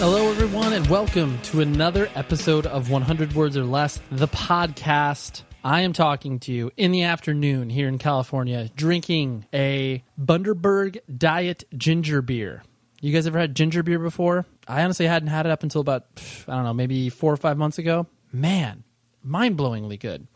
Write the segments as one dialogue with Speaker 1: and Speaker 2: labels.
Speaker 1: Hello, everyone, and welcome to another episode of 100 Words or Less, the podcast. I am talking to you in the afternoon here in California, drinking a Bundaberg Diet Ginger Beer. You guys ever had ginger beer before? I honestly hadn't had it up until about, pff, I don't know, maybe four or five months ago. Man, mind blowingly good.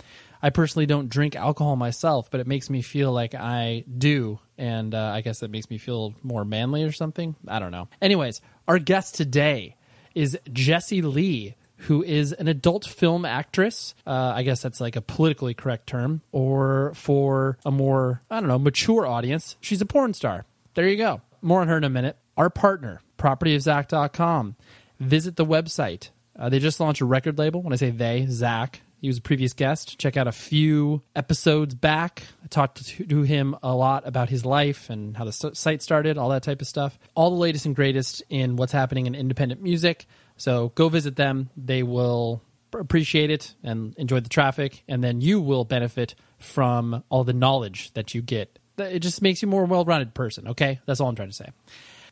Speaker 1: I personally don't drink alcohol myself, but it makes me feel like I do. And uh, I guess that makes me feel more manly or something. I don't know. Anyways, our guest today is Jessie Lee, who is an adult film actress. Uh, I guess that's like a politically correct term, or for a more, I don't know, mature audience. She's a porn star. There you go. More on her in a minute. Our partner, propertyofzach.com. Visit the website. Uh, they just launched a record label. When I say they, Zach, he was a previous guest. Check out a few episodes back. I talked to, to him a lot about his life and how the s- site started, all that type of stuff. All the latest and greatest in what's happening in independent music. So go visit them. They will pr- appreciate it and enjoy the traffic. And then you will benefit from all the knowledge that you get. That- It just makes you a more well rounded person, okay? That's all I'm trying to say.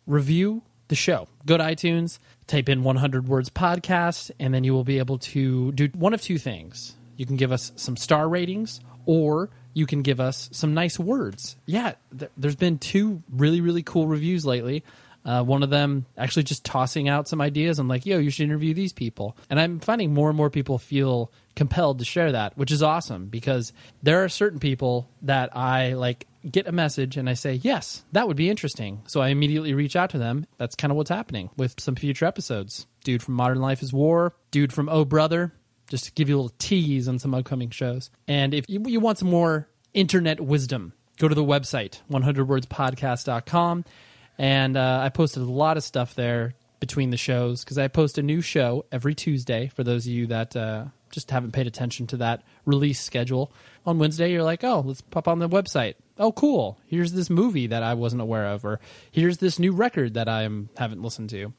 Speaker 1: Review the show. Go to iTunes, type in 100 words podcast, and then you will be able to do one of two things. You can give us some star ratings, or you can give us some nice words. Yeah, th- there's been two really, really cool reviews lately. Uh, one of them actually just tossing out some ideas and like, yo, you should interview these people. And I'm finding more and more people feel compelled to share that, which is awesome because there are certain people that I like get a message and I say, yes, that would be interesting. So I immediately reach out to them. That's kind of what's happening with some future episodes. Dude from Modern Life is War, dude from Oh Brother, just to give you a little tease on some upcoming shows. And if you, you want some more internet wisdom, go to the website, 100wordspodcast.com. And uh, I posted a lot of stuff there between the shows because I post a new show every Tuesday for those of you that uh, just haven't paid attention to that release schedule. On Wednesday, you're like, oh, let's pop on the website. Oh, cool. Here's this movie that I wasn't aware of, or here's this new record that I am, haven't listened to.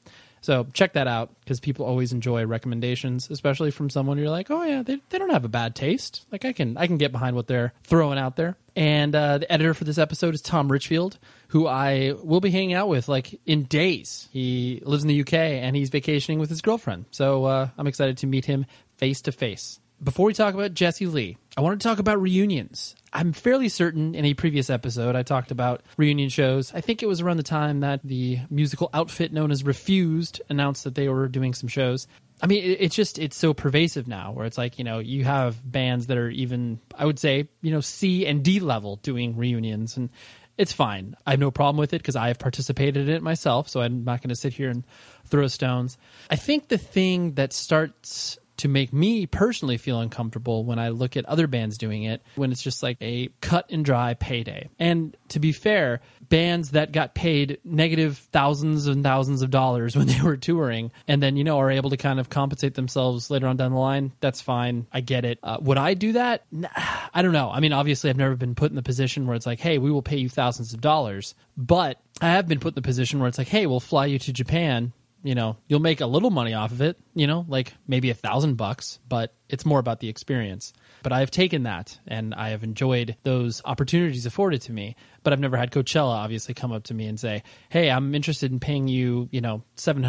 Speaker 1: So check that out because people always enjoy recommendations, especially from someone you're like, oh yeah, they, they don't have a bad taste. Like I can I can get behind what they're throwing out there. And uh, the editor for this episode is Tom Richfield, who I will be hanging out with like in days. He lives in the UK and he's vacationing with his girlfriend, so uh, I'm excited to meet him face to face. Before we talk about Jesse Lee, I want to talk about reunions. I'm fairly certain in a previous episode I talked about reunion shows. I think it was around the time that the musical outfit known as Refused announced that they were doing some shows. I mean, it- it's just it's so pervasive now, where it's like you know you have bands that are even I would say you know C and D level doing reunions, and it's fine. I have no problem with it because I have participated in it myself, so I'm not going to sit here and throw stones. I think the thing that starts to make me personally feel uncomfortable when I look at other bands doing it, when it's just like a cut and dry payday. And to be fair, bands that got paid negative thousands and thousands of dollars when they were touring and then, you know, are able to kind of compensate themselves later on down the line, that's fine. I get it. Uh, would I do that? Nah, I don't know. I mean, obviously, I've never been put in the position where it's like, hey, we will pay you thousands of dollars. But I have been put in the position where it's like, hey, we'll fly you to Japan you know you'll make a little money off of it you know like maybe a thousand bucks but it's more about the experience but i've taken that and i have enjoyed those opportunities afforded to me but i've never had coachella obviously come up to me and say hey i'm interested in paying you you know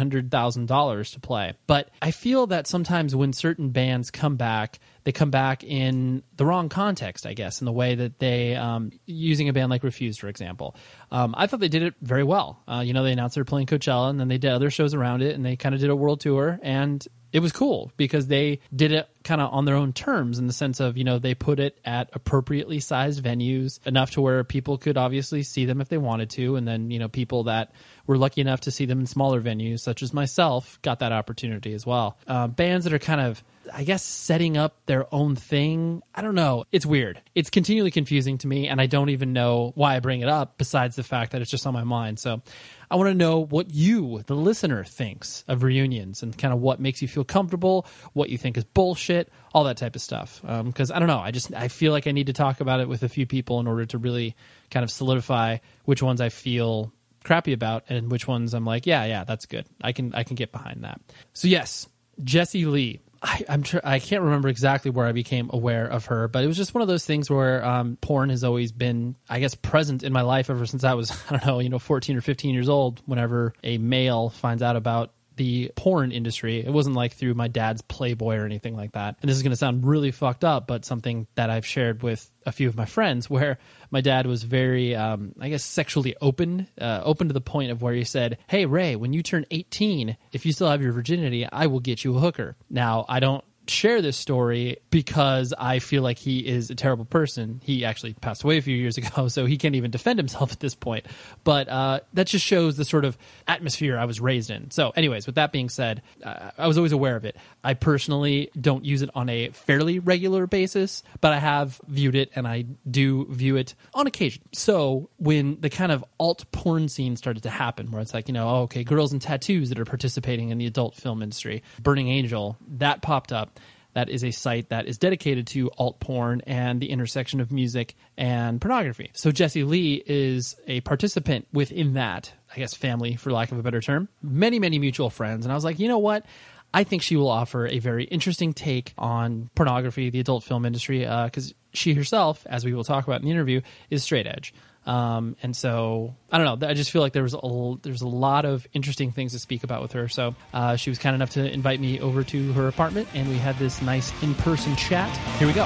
Speaker 1: $700000 to play but i feel that sometimes when certain bands come back they come back in the wrong context, I guess, in the way that they um, using a band like Refuse, for example. Um, I thought they did it very well. Uh, you know, they announced they're playing Coachella, and then they did other shows around it, and they kind of did a world tour, and it was cool because they did it kind of on their own terms in the sense of you know they put it at appropriately sized venues enough to where people could obviously see them if they wanted to and then you know people that were lucky enough to see them in smaller venues such as myself got that opportunity as well uh, bands that are kind of I guess setting up their own thing. I don't know. It's weird. It's continually confusing to me, and I don't even know why I bring it up besides the fact that it's just on my mind. So I want to know what you, the listener, thinks of reunions and kind of what makes you feel comfortable, what you think is bullshit, all that type of stuff. Because I don't know. I just I feel like I need to talk about it with a few people in order to really kind of solidify which ones I feel crappy about and which ones I'm like, yeah, yeah, that's good. I can I can get behind that. So yes, Jesse Lee. I, I'm tr- I can't remember exactly where I became aware of her, but it was just one of those things where um, porn has always been, I guess, present in my life ever since I was, I don't know, you know, 14 or 15 years old. Whenever a male finds out about the porn industry. It wasn't like through my dad's Playboy or anything like that. And this is going to sound really fucked up, but something that I've shared with a few of my friends where my dad was very, um, I guess, sexually open, uh, open to the point of where he said, Hey, Ray, when you turn 18, if you still have your virginity, I will get you a hooker. Now, I don't share this story because I feel like he is a terrible person. He actually passed away a few years ago, so he can't even defend himself at this point. But uh, that just shows the sort of atmosphere I was raised in. So, anyways, with that being said, uh, I was always aware of it. I personally don't use it on a fairly regular basis, but I have viewed it and I do view it on occasion. So, when the kind of alt porn scene started to happen, where it's like, you know, oh, okay, girls in tattoos that are participating in the adult film industry, Burning Angel, that popped up. That is a site that is dedicated to alt porn and the intersection of music and pornography. So Jesse Lee is a participant within that, I guess, family, for lack of a better term. Many, many mutual friends. And I was like, you know what? I think she will offer a very interesting take on pornography, the adult film industry, because she herself, as we will talk about in the interview, is straight edge. Um, and so I don't know. I just feel like there was a there's a lot of interesting things to speak about with her. So uh, she was kind enough to invite me over to her apartment, and we had this nice in person chat. Here we go.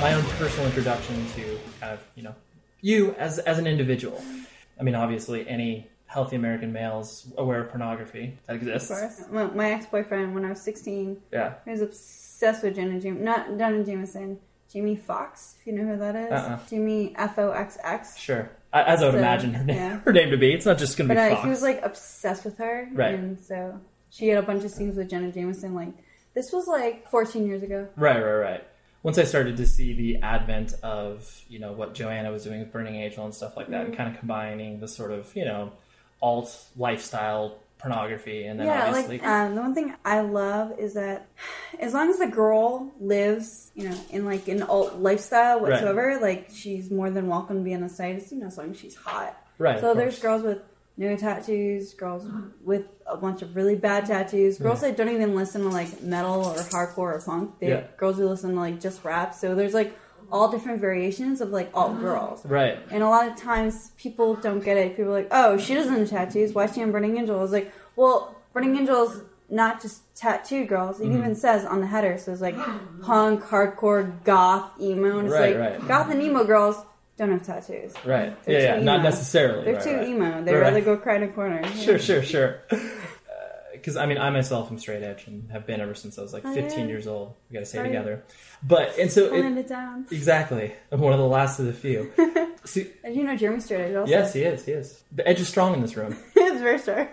Speaker 1: my own personal introduction to kind of you know you as as an individual. I mean, obviously, any healthy American male's aware of pornography that exists.
Speaker 2: course. My, my ex boyfriend, when I was 16,
Speaker 1: Yeah.
Speaker 2: he was obsessed with Jenna Jim. Not Jenna Jameson, Jimmy Fox, if you know who that is.
Speaker 1: Uh-uh.
Speaker 2: Jimmy F O X X.
Speaker 1: Sure. I- As I would
Speaker 2: So,
Speaker 1: imagine her name,
Speaker 2: yeah.
Speaker 1: her name to be. It's not just going to
Speaker 2: But
Speaker 1: be
Speaker 2: uh,
Speaker 1: Fox.
Speaker 2: he was like obsessed with her.
Speaker 1: Right.
Speaker 2: And so she had a bunch of scenes with Jenna Jameson. Like, this was like 14 years ago.
Speaker 1: Right, right, right. Once I started to see the advent of, you know, what Joanna was doing with Burning Angel and stuff like that,
Speaker 2: Mm-hmm.
Speaker 1: and kind of combining the sort of, you know, alt lifestyle pornography and then
Speaker 2: yeah,
Speaker 1: obviously
Speaker 2: like um, the one thing I love is that as long as the girl lives, you know, in like an alt lifestyle whatsoever, like she's more than welcome to be on the site. It's, you know, as long as she's hot.
Speaker 1: Right,
Speaker 2: So
Speaker 1: of
Speaker 2: there's
Speaker 1: course.
Speaker 2: girls with no tattoos, girls with a bunch of really bad tattoos, girls that don't even listen to like metal or hardcore or punk. They
Speaker 1: Yeah.
Speaker 2: girls who listen to like just rap. So there's like all different variations of like alt girls.
Speaker 1: Right.
Speaker 2: And a lot of times people don't get it. People are like, oh, she doesn't have tattoos. Why is she on Burning Angel? I was like, well, Burning Angel's not just tattooed girls. It
Speaker 1: Mm-hmm.
Speaker 2: even says on the header. So it's like punk, hardcore, goth, emo. And it's
Speaker 1: Right,
Speaker 2: like
Speaker 1: right.
Speaker 2: goth and emo girls don't have tattoos.
Speaker 1: Right.
Speaker 2: They're
Speaker 1: yeah,
Speaker 2: too
Speaker 1: yeah. Not
Speaker 2: emo.
Speaker 1: necessarily.
Speaker 2: They're
Speaker 1: right,
Speaker 2: too
Speaker 1: right.
Speaker 2: emo. They
Speaker 1: Right.
Speaker 2: rather go cry in a corner. Yeah.
Speaker 1: Sure, sure, sure. Because I mean, I myself am straight edge and have been ever since I was like 15
Speaker 2: Oh, yeah.
Speaker 1: years old. We got to stay
Speaker 2: Sorry.
Speaker 1: together. But and so
Speaker 2: Pulling
Speaker 1: it,
Speaker 2: it down.
Speaker 1: exactly, I'm one of the last of the few. See,
Speaker 2: And you know Jeremy Straight Edge also.
Speaker 1: yes, he is. He is. The edge is strong in this room.
Speaker 2: it's very sure.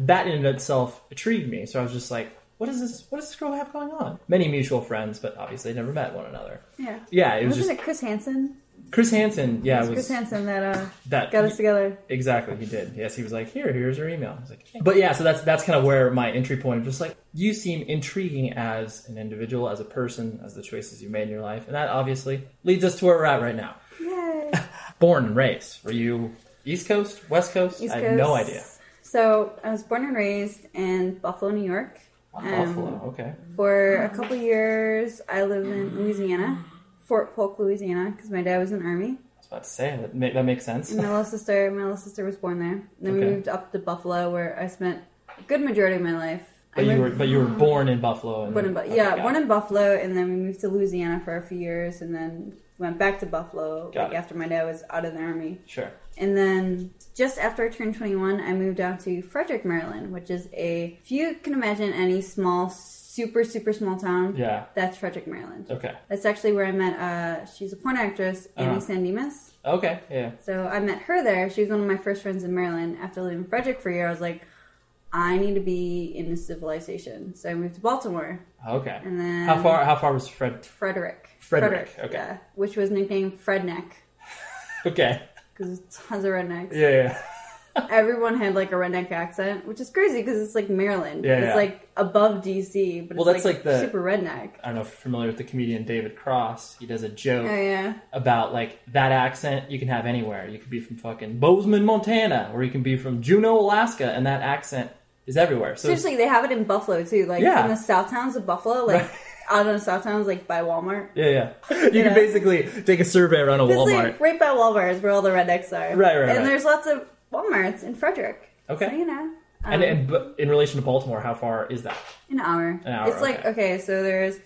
Speaker 1: that in and of itself intrigued me. So I was just like, what is this? What does this girl have going on? Many mutual friends, but obviously never met one another.
Speaker 2: Yeah.
Speaker 1: Yeah, it was
Speaker 2: Wasn't
Speaker 1: just
Speaker 2: it Chris Hansen?
Speaker 1: Chris Hansen. Yeah, it was
Speaker 2: Chris Hansen that uh,
Speaker 1: that
Speaker 2: got us together.
Speaker 1: Exactly, he did. Yes, he was like, "Here, here's her email." I was like, "But yeah, so that's that's kind of where my entry point. of Just like you seem intriguing as an individual, as a person, as the choices you made in your life, and that obviously leads us to where we're at right now.
Speaker 2: Yay.
Speaker 1: Born and raised, were you East Coast, West Coast?
Speaker 2: East
Speaker 1: I have no
Speaker 2: Coast.
Speaker 1: idea.
Speaker 2: So I was born and raised in Buffalo, New York. Um,
Speaker 1: Buffalo, okay.
Speaker 2: For a couple years, I lived in Louisiana, Fort Polk, Louisiana, because my dad was in the army.
Speaker 1: I was about to say that, ma- that makes sense.
Speaker 2: My little sister, my little sister was born there. And then
Speaker 1: Okay.
Speaker 2: we moved up to Buffalo, where I spent a good majority of my life. I
Speaker 1: But you
Speaker 2: lived-
Speaker 1: were but you were born in Buffalo. And
Speaker 2: born in Bu-
Speaker 1: okay,
Speaker 2: yeah,
Speaker 1: got
Speaker 2: born
Speaker 1: it.
Speaker 2: in Buffalo, and then we moved to Louisiana for a few years, and then went back to Buffalo
Speaker 1: Got
Speaker 2: like
Speaker 1: it.
Speaker 2: after my dad was out of the army.
Speaker 1: Sure.
Speaker 2: And then just after I turned 21, I moved down to Frederick, Maryland, which is a, if you can imagine any small, super, super small town,
Speaker 1: Yeah.
Speaker 2: that's Frederick, Maryland.
Speaker 1: Okay.
Speaker 2: That's actually where I met, uh, she's a porn actress, Amy
Speaker 1: Uh-huh.
Speaker 2: Sandemus.
Speaker 1: Okay. Yeah.
Speaker 2: So I met her there. She was one of my first friends in Maryland. After living in Frederick for a year, I was like, I need to be in civilization. So I moved to Baltimore,
Speaker 1: Okay.
Speaker 2: And then-
Speaker 1: how far? How far was Fred?
Speaker 2: Frederick.
Speaker 1: Frederick, okay.
Speaker 2: which was nicknamed Fredneck
Speaker 1: Okay.
Speaker 2: because tons of rednecks.
Speaker 1: Yeah. Yeah.
Speaker 2: everyone had like a redneck accent, which is crazy because it's like Maryland.
Speaker 1: Yeah,
Speaker 2: it's
Speaker 1: yeah.
Speaker 2: like above DC, but
Speaker 1: Well, that's
Speaker 2: it's
Speaker 1: like
Speaker 2: like,
Speaker 1: the-
Speaker 2: super redneck.
Speaker 1: I don't know if you're familiar with the comedian David Cross. He does a joke
Speaker 2: Oh yeah,
Speaker 1: about like that accent you can have anywhere. You could be from fucking Bozeman, Montana, or you can be from Juneau, Alaska, and that accent is everywhere. So it's-
Speaker 2: seriously, they have it in Buffalo too. Like
Speaker 1: Yeah.
Speaker 2: in the south towns of Buffalo, like
Speaker 1: Right.
Speaker 2: out in the south towns, like by Walmart.
Speaker 1: yeah, yeah. You can basically take a survey around a
Speaker 2: It's
Speaker 1: Walmart.
Speaker 2: like right by Walmart is where all the rednecks are.
Speaker 1: Right, right,
Speaker 2: And
Speaker 1: right.
Speaker 2: there's lots of WalMarts in Frederick.
Speaker 1: Okay.
Speaker 2: so, you know. Um,
Speaker 1: and, and but in relation to Baltimore, how far is that?
Speaker 2: An hour.
Speaker 1: An hour,
Speaker 2: It's like
Speaker 1: okay.
Speaker 2: okay, so there's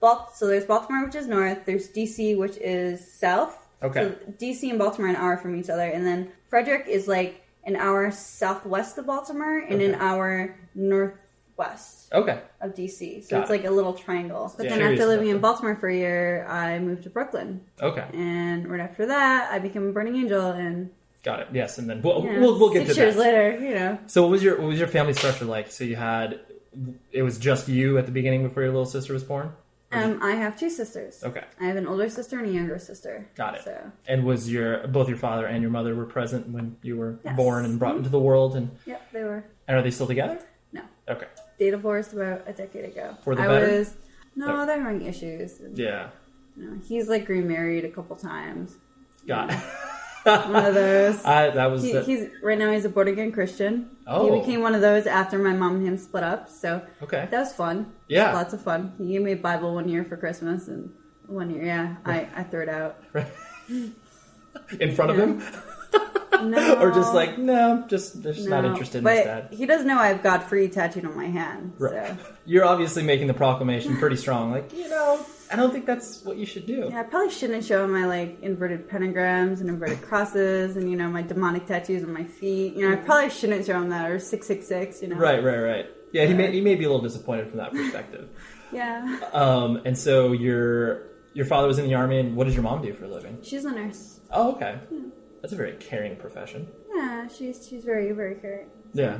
Speaker 2: Bal- so there's Baltimore, which is north. There's DC, which is south.
Speaker 1: Okay.
Speaker 2: So DC and Baltimore are an hour from each other, and then Frederick is like an hour southwest of Baltimore and an
Speaker 1: Okay.
Speaker 2: hour northwest
Speaker 1: Okay,
Speaker 2: of DC. So
Speaker 1: Got
Speaker 2: it's
Speaker 1: it.
Speaker 2: like a little triangle. But
Speaker 1: Yeah.
Speaker 2: then
Speaker 1: Curious
Speaker 2: after living
Speaker 1: about
Speaker 2: in
Speaker 1: that.
Speaker 2: Baltimore for a year, I moved to Brooklyn,
Speaker 1: okay,
Speaker 2: and right after that, I became a Burning Angel, and
Speaker 1: got it. Yes, and then we'll
Speaker 2: you know,
Speaker 1: we'll, we'll get
Speaker 2: six
Speaker 1: to
Speaker 2: years
Speaker 1: that.
Speaker 2: later, you know.
Speaker 1: So what was your what was your family structure like? So you had it was just you at the beginning before your little sister was born.
Speaker 2: Um, I have two sisters.
Speaker 1: Okay.
Speaker 2: I have an older sister and a younger sister.
Speaker 1: Got it.
Speaker 2: So
Speaker 1: And was your both your father and your mother were present when you were
Speaker 2: Yes. Mm-hmm.
Speaker 1: born and brought into the world? And,
Speaker 2: Yep, they were.
Speaker 1: and are they still together?
Speaker 2: No,
Speaker 1: Okay.
Speaker 2: they divorced about a decade ago.
Speaker 1: For the
Speaker 2: I
Speaker 1: better?
Speaker 2: was no, they're having issues. And,
Speaker 1: Yeah.
Speaker 2: you know, he's like remarried a couple times.
Speaker 1: Got it.
Speaker 2: One of those.
Speaker 1: I, that was
Speaker 2: He-
Speaker 1: the-
Speaker 2: he's right now he's a born again Christian.
Speaker 1: Oh.
Speaker 2: He became one of those after my mom and him split up. So
Speaker 1: Okay.
Speaker 2: that was fun.
Speaker 1: Yeah.
Speaker 2: lots of fun. He gave me a Bible one year for Christmas and. One year, yeah, I, I threw it out.
Speaker 1: in front of him,
Speaker 2: No,
Speaker 1: or just like no, just just not
Speaker 2: no.
Speaker 1: interested
Speaker 2: But
Speaker 1: in his dad.
Speaker 2: he does know I have Godfrey tattooed on my hand. So
Speaker 1: You're obviously making the proclamation pretty strong. Like you know, I don't think that's what you should do.
Speaker 2: Yeah, I probably shouldn't show my like inverted pentagrams and inverted crosses and you know my demonic tattoos on my feet. You know, I probably shouldn't show him that or six six six. You know,
Speaker 1: Mm-hmm. Right, right, right. Yeah, he may he may be a little disappointed from that perspective.
Speaker 2: Yeah,
Speaker 1: um, and so your your father was in the army, and what does your mom do for a living?
Speaker 2: she's a nurse.
Speaker 1: Oh, okay. That's a very caring profession.
Speaker 2: Yeah, she's she's very very caring.
Speaker 1: Yeah.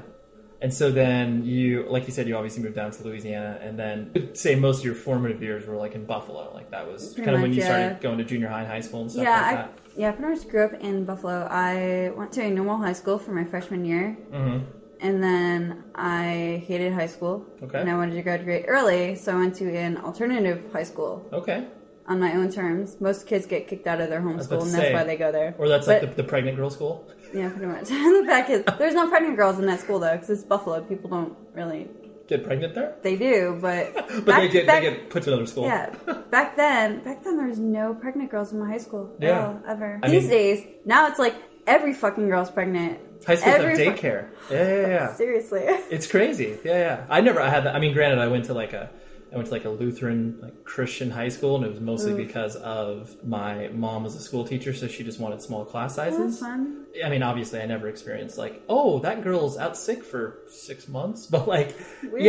Speaker 1: And so then you, like you said, you obviously moved down to Louisiana, and then you'd say most of your formative years were like in Buffalo. Like that was
Speaker 2: Pretty
Speaker 1: kind of when
Speaker 2: much,
Speaker 1: you
Speaker 2: yeah.
Speaker 1: started going to junior high and high school and stuff like
Speaker 2: yeah,
Speaker 1: that.
Speaker 2: I yeah, I pretty much grew up in Buffalo. I went to a normal high school for my freshman year,
Speaker 1: Mm-hmm.
Speaker 2: and then I hated high school.
Speaker 1: Okay.
Speaker 2: and I wanted to graduate early, so I went to an alternative high school.
Speaker 1: Okay.
Speaker 2: on my own terms. Most kids get kicked out of their home
Speaker 1: about
Speaker 2: school,
Speaker 1: to
Speaker 2: and
Speaker 1: say.
Speaker 2: that's why they go there.
Speaker 1: Or that's
Speaker 2: but,
Speaker 1: like the, the pregnant girl school.
Speaker 2: yeah, pretty much. the fact is, there's no pregnant girls in that school though, because it's Buffalo. People don't really.
Speaker 1: Get pregnant there,
Speaker 2: They do, but
Speaker 1: but they get they get put to another school.
Speaker 2: Yeah, back then, back then there was no pregnant girls in my high school. at
Speaker 1: Yeah.
Speaker 2: all, ever.
Speaker 1: I
Speaker 2: These
Speaker 1: mean-
Speaker 2: days, now it's like every fucking girl's pregnant.
Speaker 1: High schools
Speaker 2: Every
Speaker 1: have
Speaker 2: fu-
Speaker 1: daycare. Yeah, yeah, yeah.
Speaker 2: Seriously.
Speaker 1: It's crazy. Yeah, yeah. I never. I had that. I mean, granted, I went to like a, I went to like a Lutheran like Christian high school, and it was mostly
Speaker 2: Mm.
Speaker 1: because of my mom was a school teacher, so she just wanted small class sizes.
Speaker 2: Fun.
Speaker 1: I mean, obviously, I never experienced like, oh, that girl's out sick for six months, but like,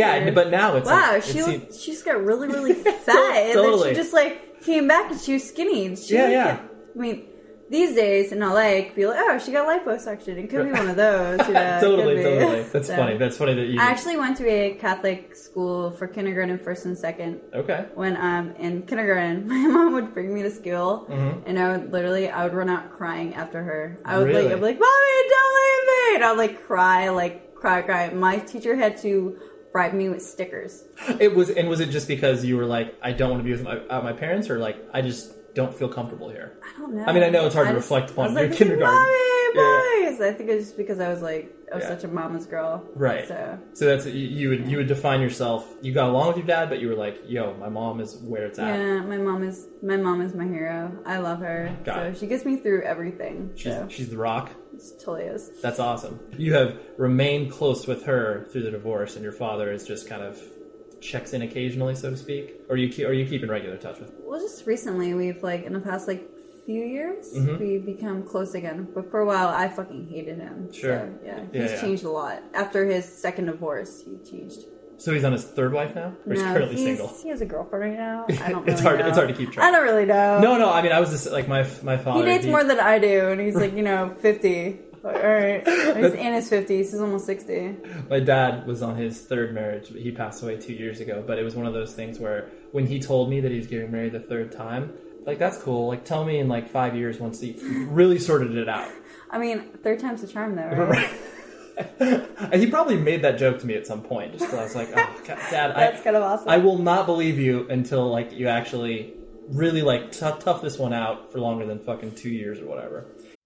Speaker 1: yeah.
Speaker 2: Weird.
Speaker 1: But now it's
Speaker 2: Wow,
Speaker 1: like, it
Speaker 2: she was,
Speaker 1: seems-
Speaker 2: she just got really really fat, and then
Speaker 1: Totally.
Speaker 2: she just like came back and she was skinny. And she
Speaker 1: Yeah,
Speaker 2: didn't
Speaker 1: yeah.
Speaker 2: get- I mean, these days in LA, it could be like, oh, she got liposuction. It could be one of those. You know, it could
Speaker 1: totally,
Speaker 2: be.
Speaker 1: totally. That's
Speaker 2: So.
Speaker 1: funny. That's funny that you.
Speaker 2: I actually went to a Catholic school for kindergarten, first and second.
Speaker 1: okay.
Speaker 2: when um in kindergarten, my mom would bring me to school,
Speaker 1: Mm-hmm.
Speaker 2: and I would literally I would run out crying after her. I would
Speaker 1: Really?
Speaker 2: like I'd be like, "Mommy, don't leave me!" And I'd like cry, like cry, cry. My teacher had to bribe me with stickers.
Speaker 1: It was, and was it just because you were like, I don't want to be with my, uh, my parents, or like, I just don't feel comfortable here?
Speaker 2: I don't know.
Speaker 1: I mean, I know it's hard to
Speaker 2: just-
Speaker 1: reflect upon
Speaker 2: I was
Speaker 1: your
Speaker 2: like,
Speaker 1: kindergarten.
Speaker 2: Mommy,
Speaker 1: Yeah.
Speaker 2: mommy. So I think it was just because I was like I was
Speaker 1: Yeah.
Speaker 2: such a mama's girl,
Speaker 1: Right.
Speaker 2: So.
Speaker 1: that's you, you would you would define yourself. You got along with your dad, but you were like, "Yo, my mom is where it's at.
Speaker 2: Yeah, my mom is my mom is my hero. I love her.
Speaker 1: Got
Speaker 2: so
Speaker 1: it.
Speaker 2: she gets me through everything.
Speaker 1: She's
Speaker 2: so
Speaker 1: she's the rock.
Speaker 2: it's totally is.
Speaker 1: That's awesome. You have remained close with her through the divorce, and your father is just kind of checks in occasionally, so to speak. Or you keep, or you keep in regular touch with.
Speaker 2: Well, just recently, we've like in the past like few years,
Speaker 1: Mm-hmm.
Speaker 2: we become close again. But for a while, I fucking hated him.
Speaker 1: Sure.
Speaker 2: So, yeah,
Speaker 1: Yeah,
Speaker 2: he's
Speaker 1: yeah.
Speaker 2: changed a lot after his second divorce. He changed.
Speaker 1: So he's on his third wife now, or he's currently single.
Speaker 2: He has a girlfriend right now. I don't. Really
Speaker 1: It's hard-
Speaker 2: know.
Speaker 1: it's hard to keep track.
Speaker 2: I don't really know.
Speaker 1: No, no. I mean, I was just like my my father.
Speaker 2: he dates more than I do, and he's like you know fifty. Like, all right, he's in his fifties. He's almost sixty.
Speaker 1: My dad was on his third marriage, but he passed away two years ago. But it was one of those things where when he told me that he was getting married the third time, like that's cool. Like tell me in like five years once he really sorted it out.
Speaker 2: I mean, third time's a charm, though. Right?
Speaker 1: And he probably made that joke to me at some point, just 'cause I was like, "Oh, God, Dad,
Speaker 2: That's
Speaker 1: I,
Speaker 2: kind of awesome.
Speaker 1: I will not believe you until like you actually really like t- tough this one out for longer than fucking two years or whatever."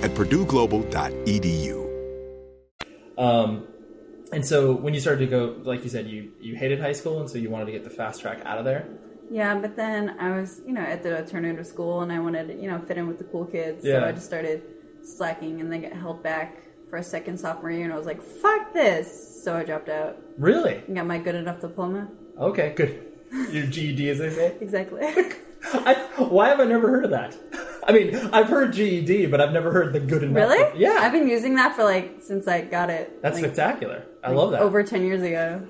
Speaker 3: at purdueglobal.edu.
Speaker 1: Um, and so when you started to go, like you said, you you hated high school, and so you wanted to get the fast track out of there.
Speaker 2: Yeah, but then I was, you know, at the alternative school and I wanted to, you know, fit in with the cool kids.
Speaker 1: Yeah.
Speaker 2: So I just started slacking and then got held back for a second sophomore year and I was like, fuck this. So I dropped out
Speaker 1: Really?
Speaker 2: and got my good enough diploma.
Speaker 1: Okay, good. Your GED, as they say.
Speaker 2: Exactly.
Speaker 1: I, why have I never heard of that? I mean, I've heard GED, but I've never heard the good enough.
Speaker 2: really?
Speaker 1: Yeah.
Speaker 2: I've been using that for like since I got it.
Speaker 1: That's
Speaker 2: like,
Speaker 1: spectacular. I love that.
Speaker 2: Over 10 years ago.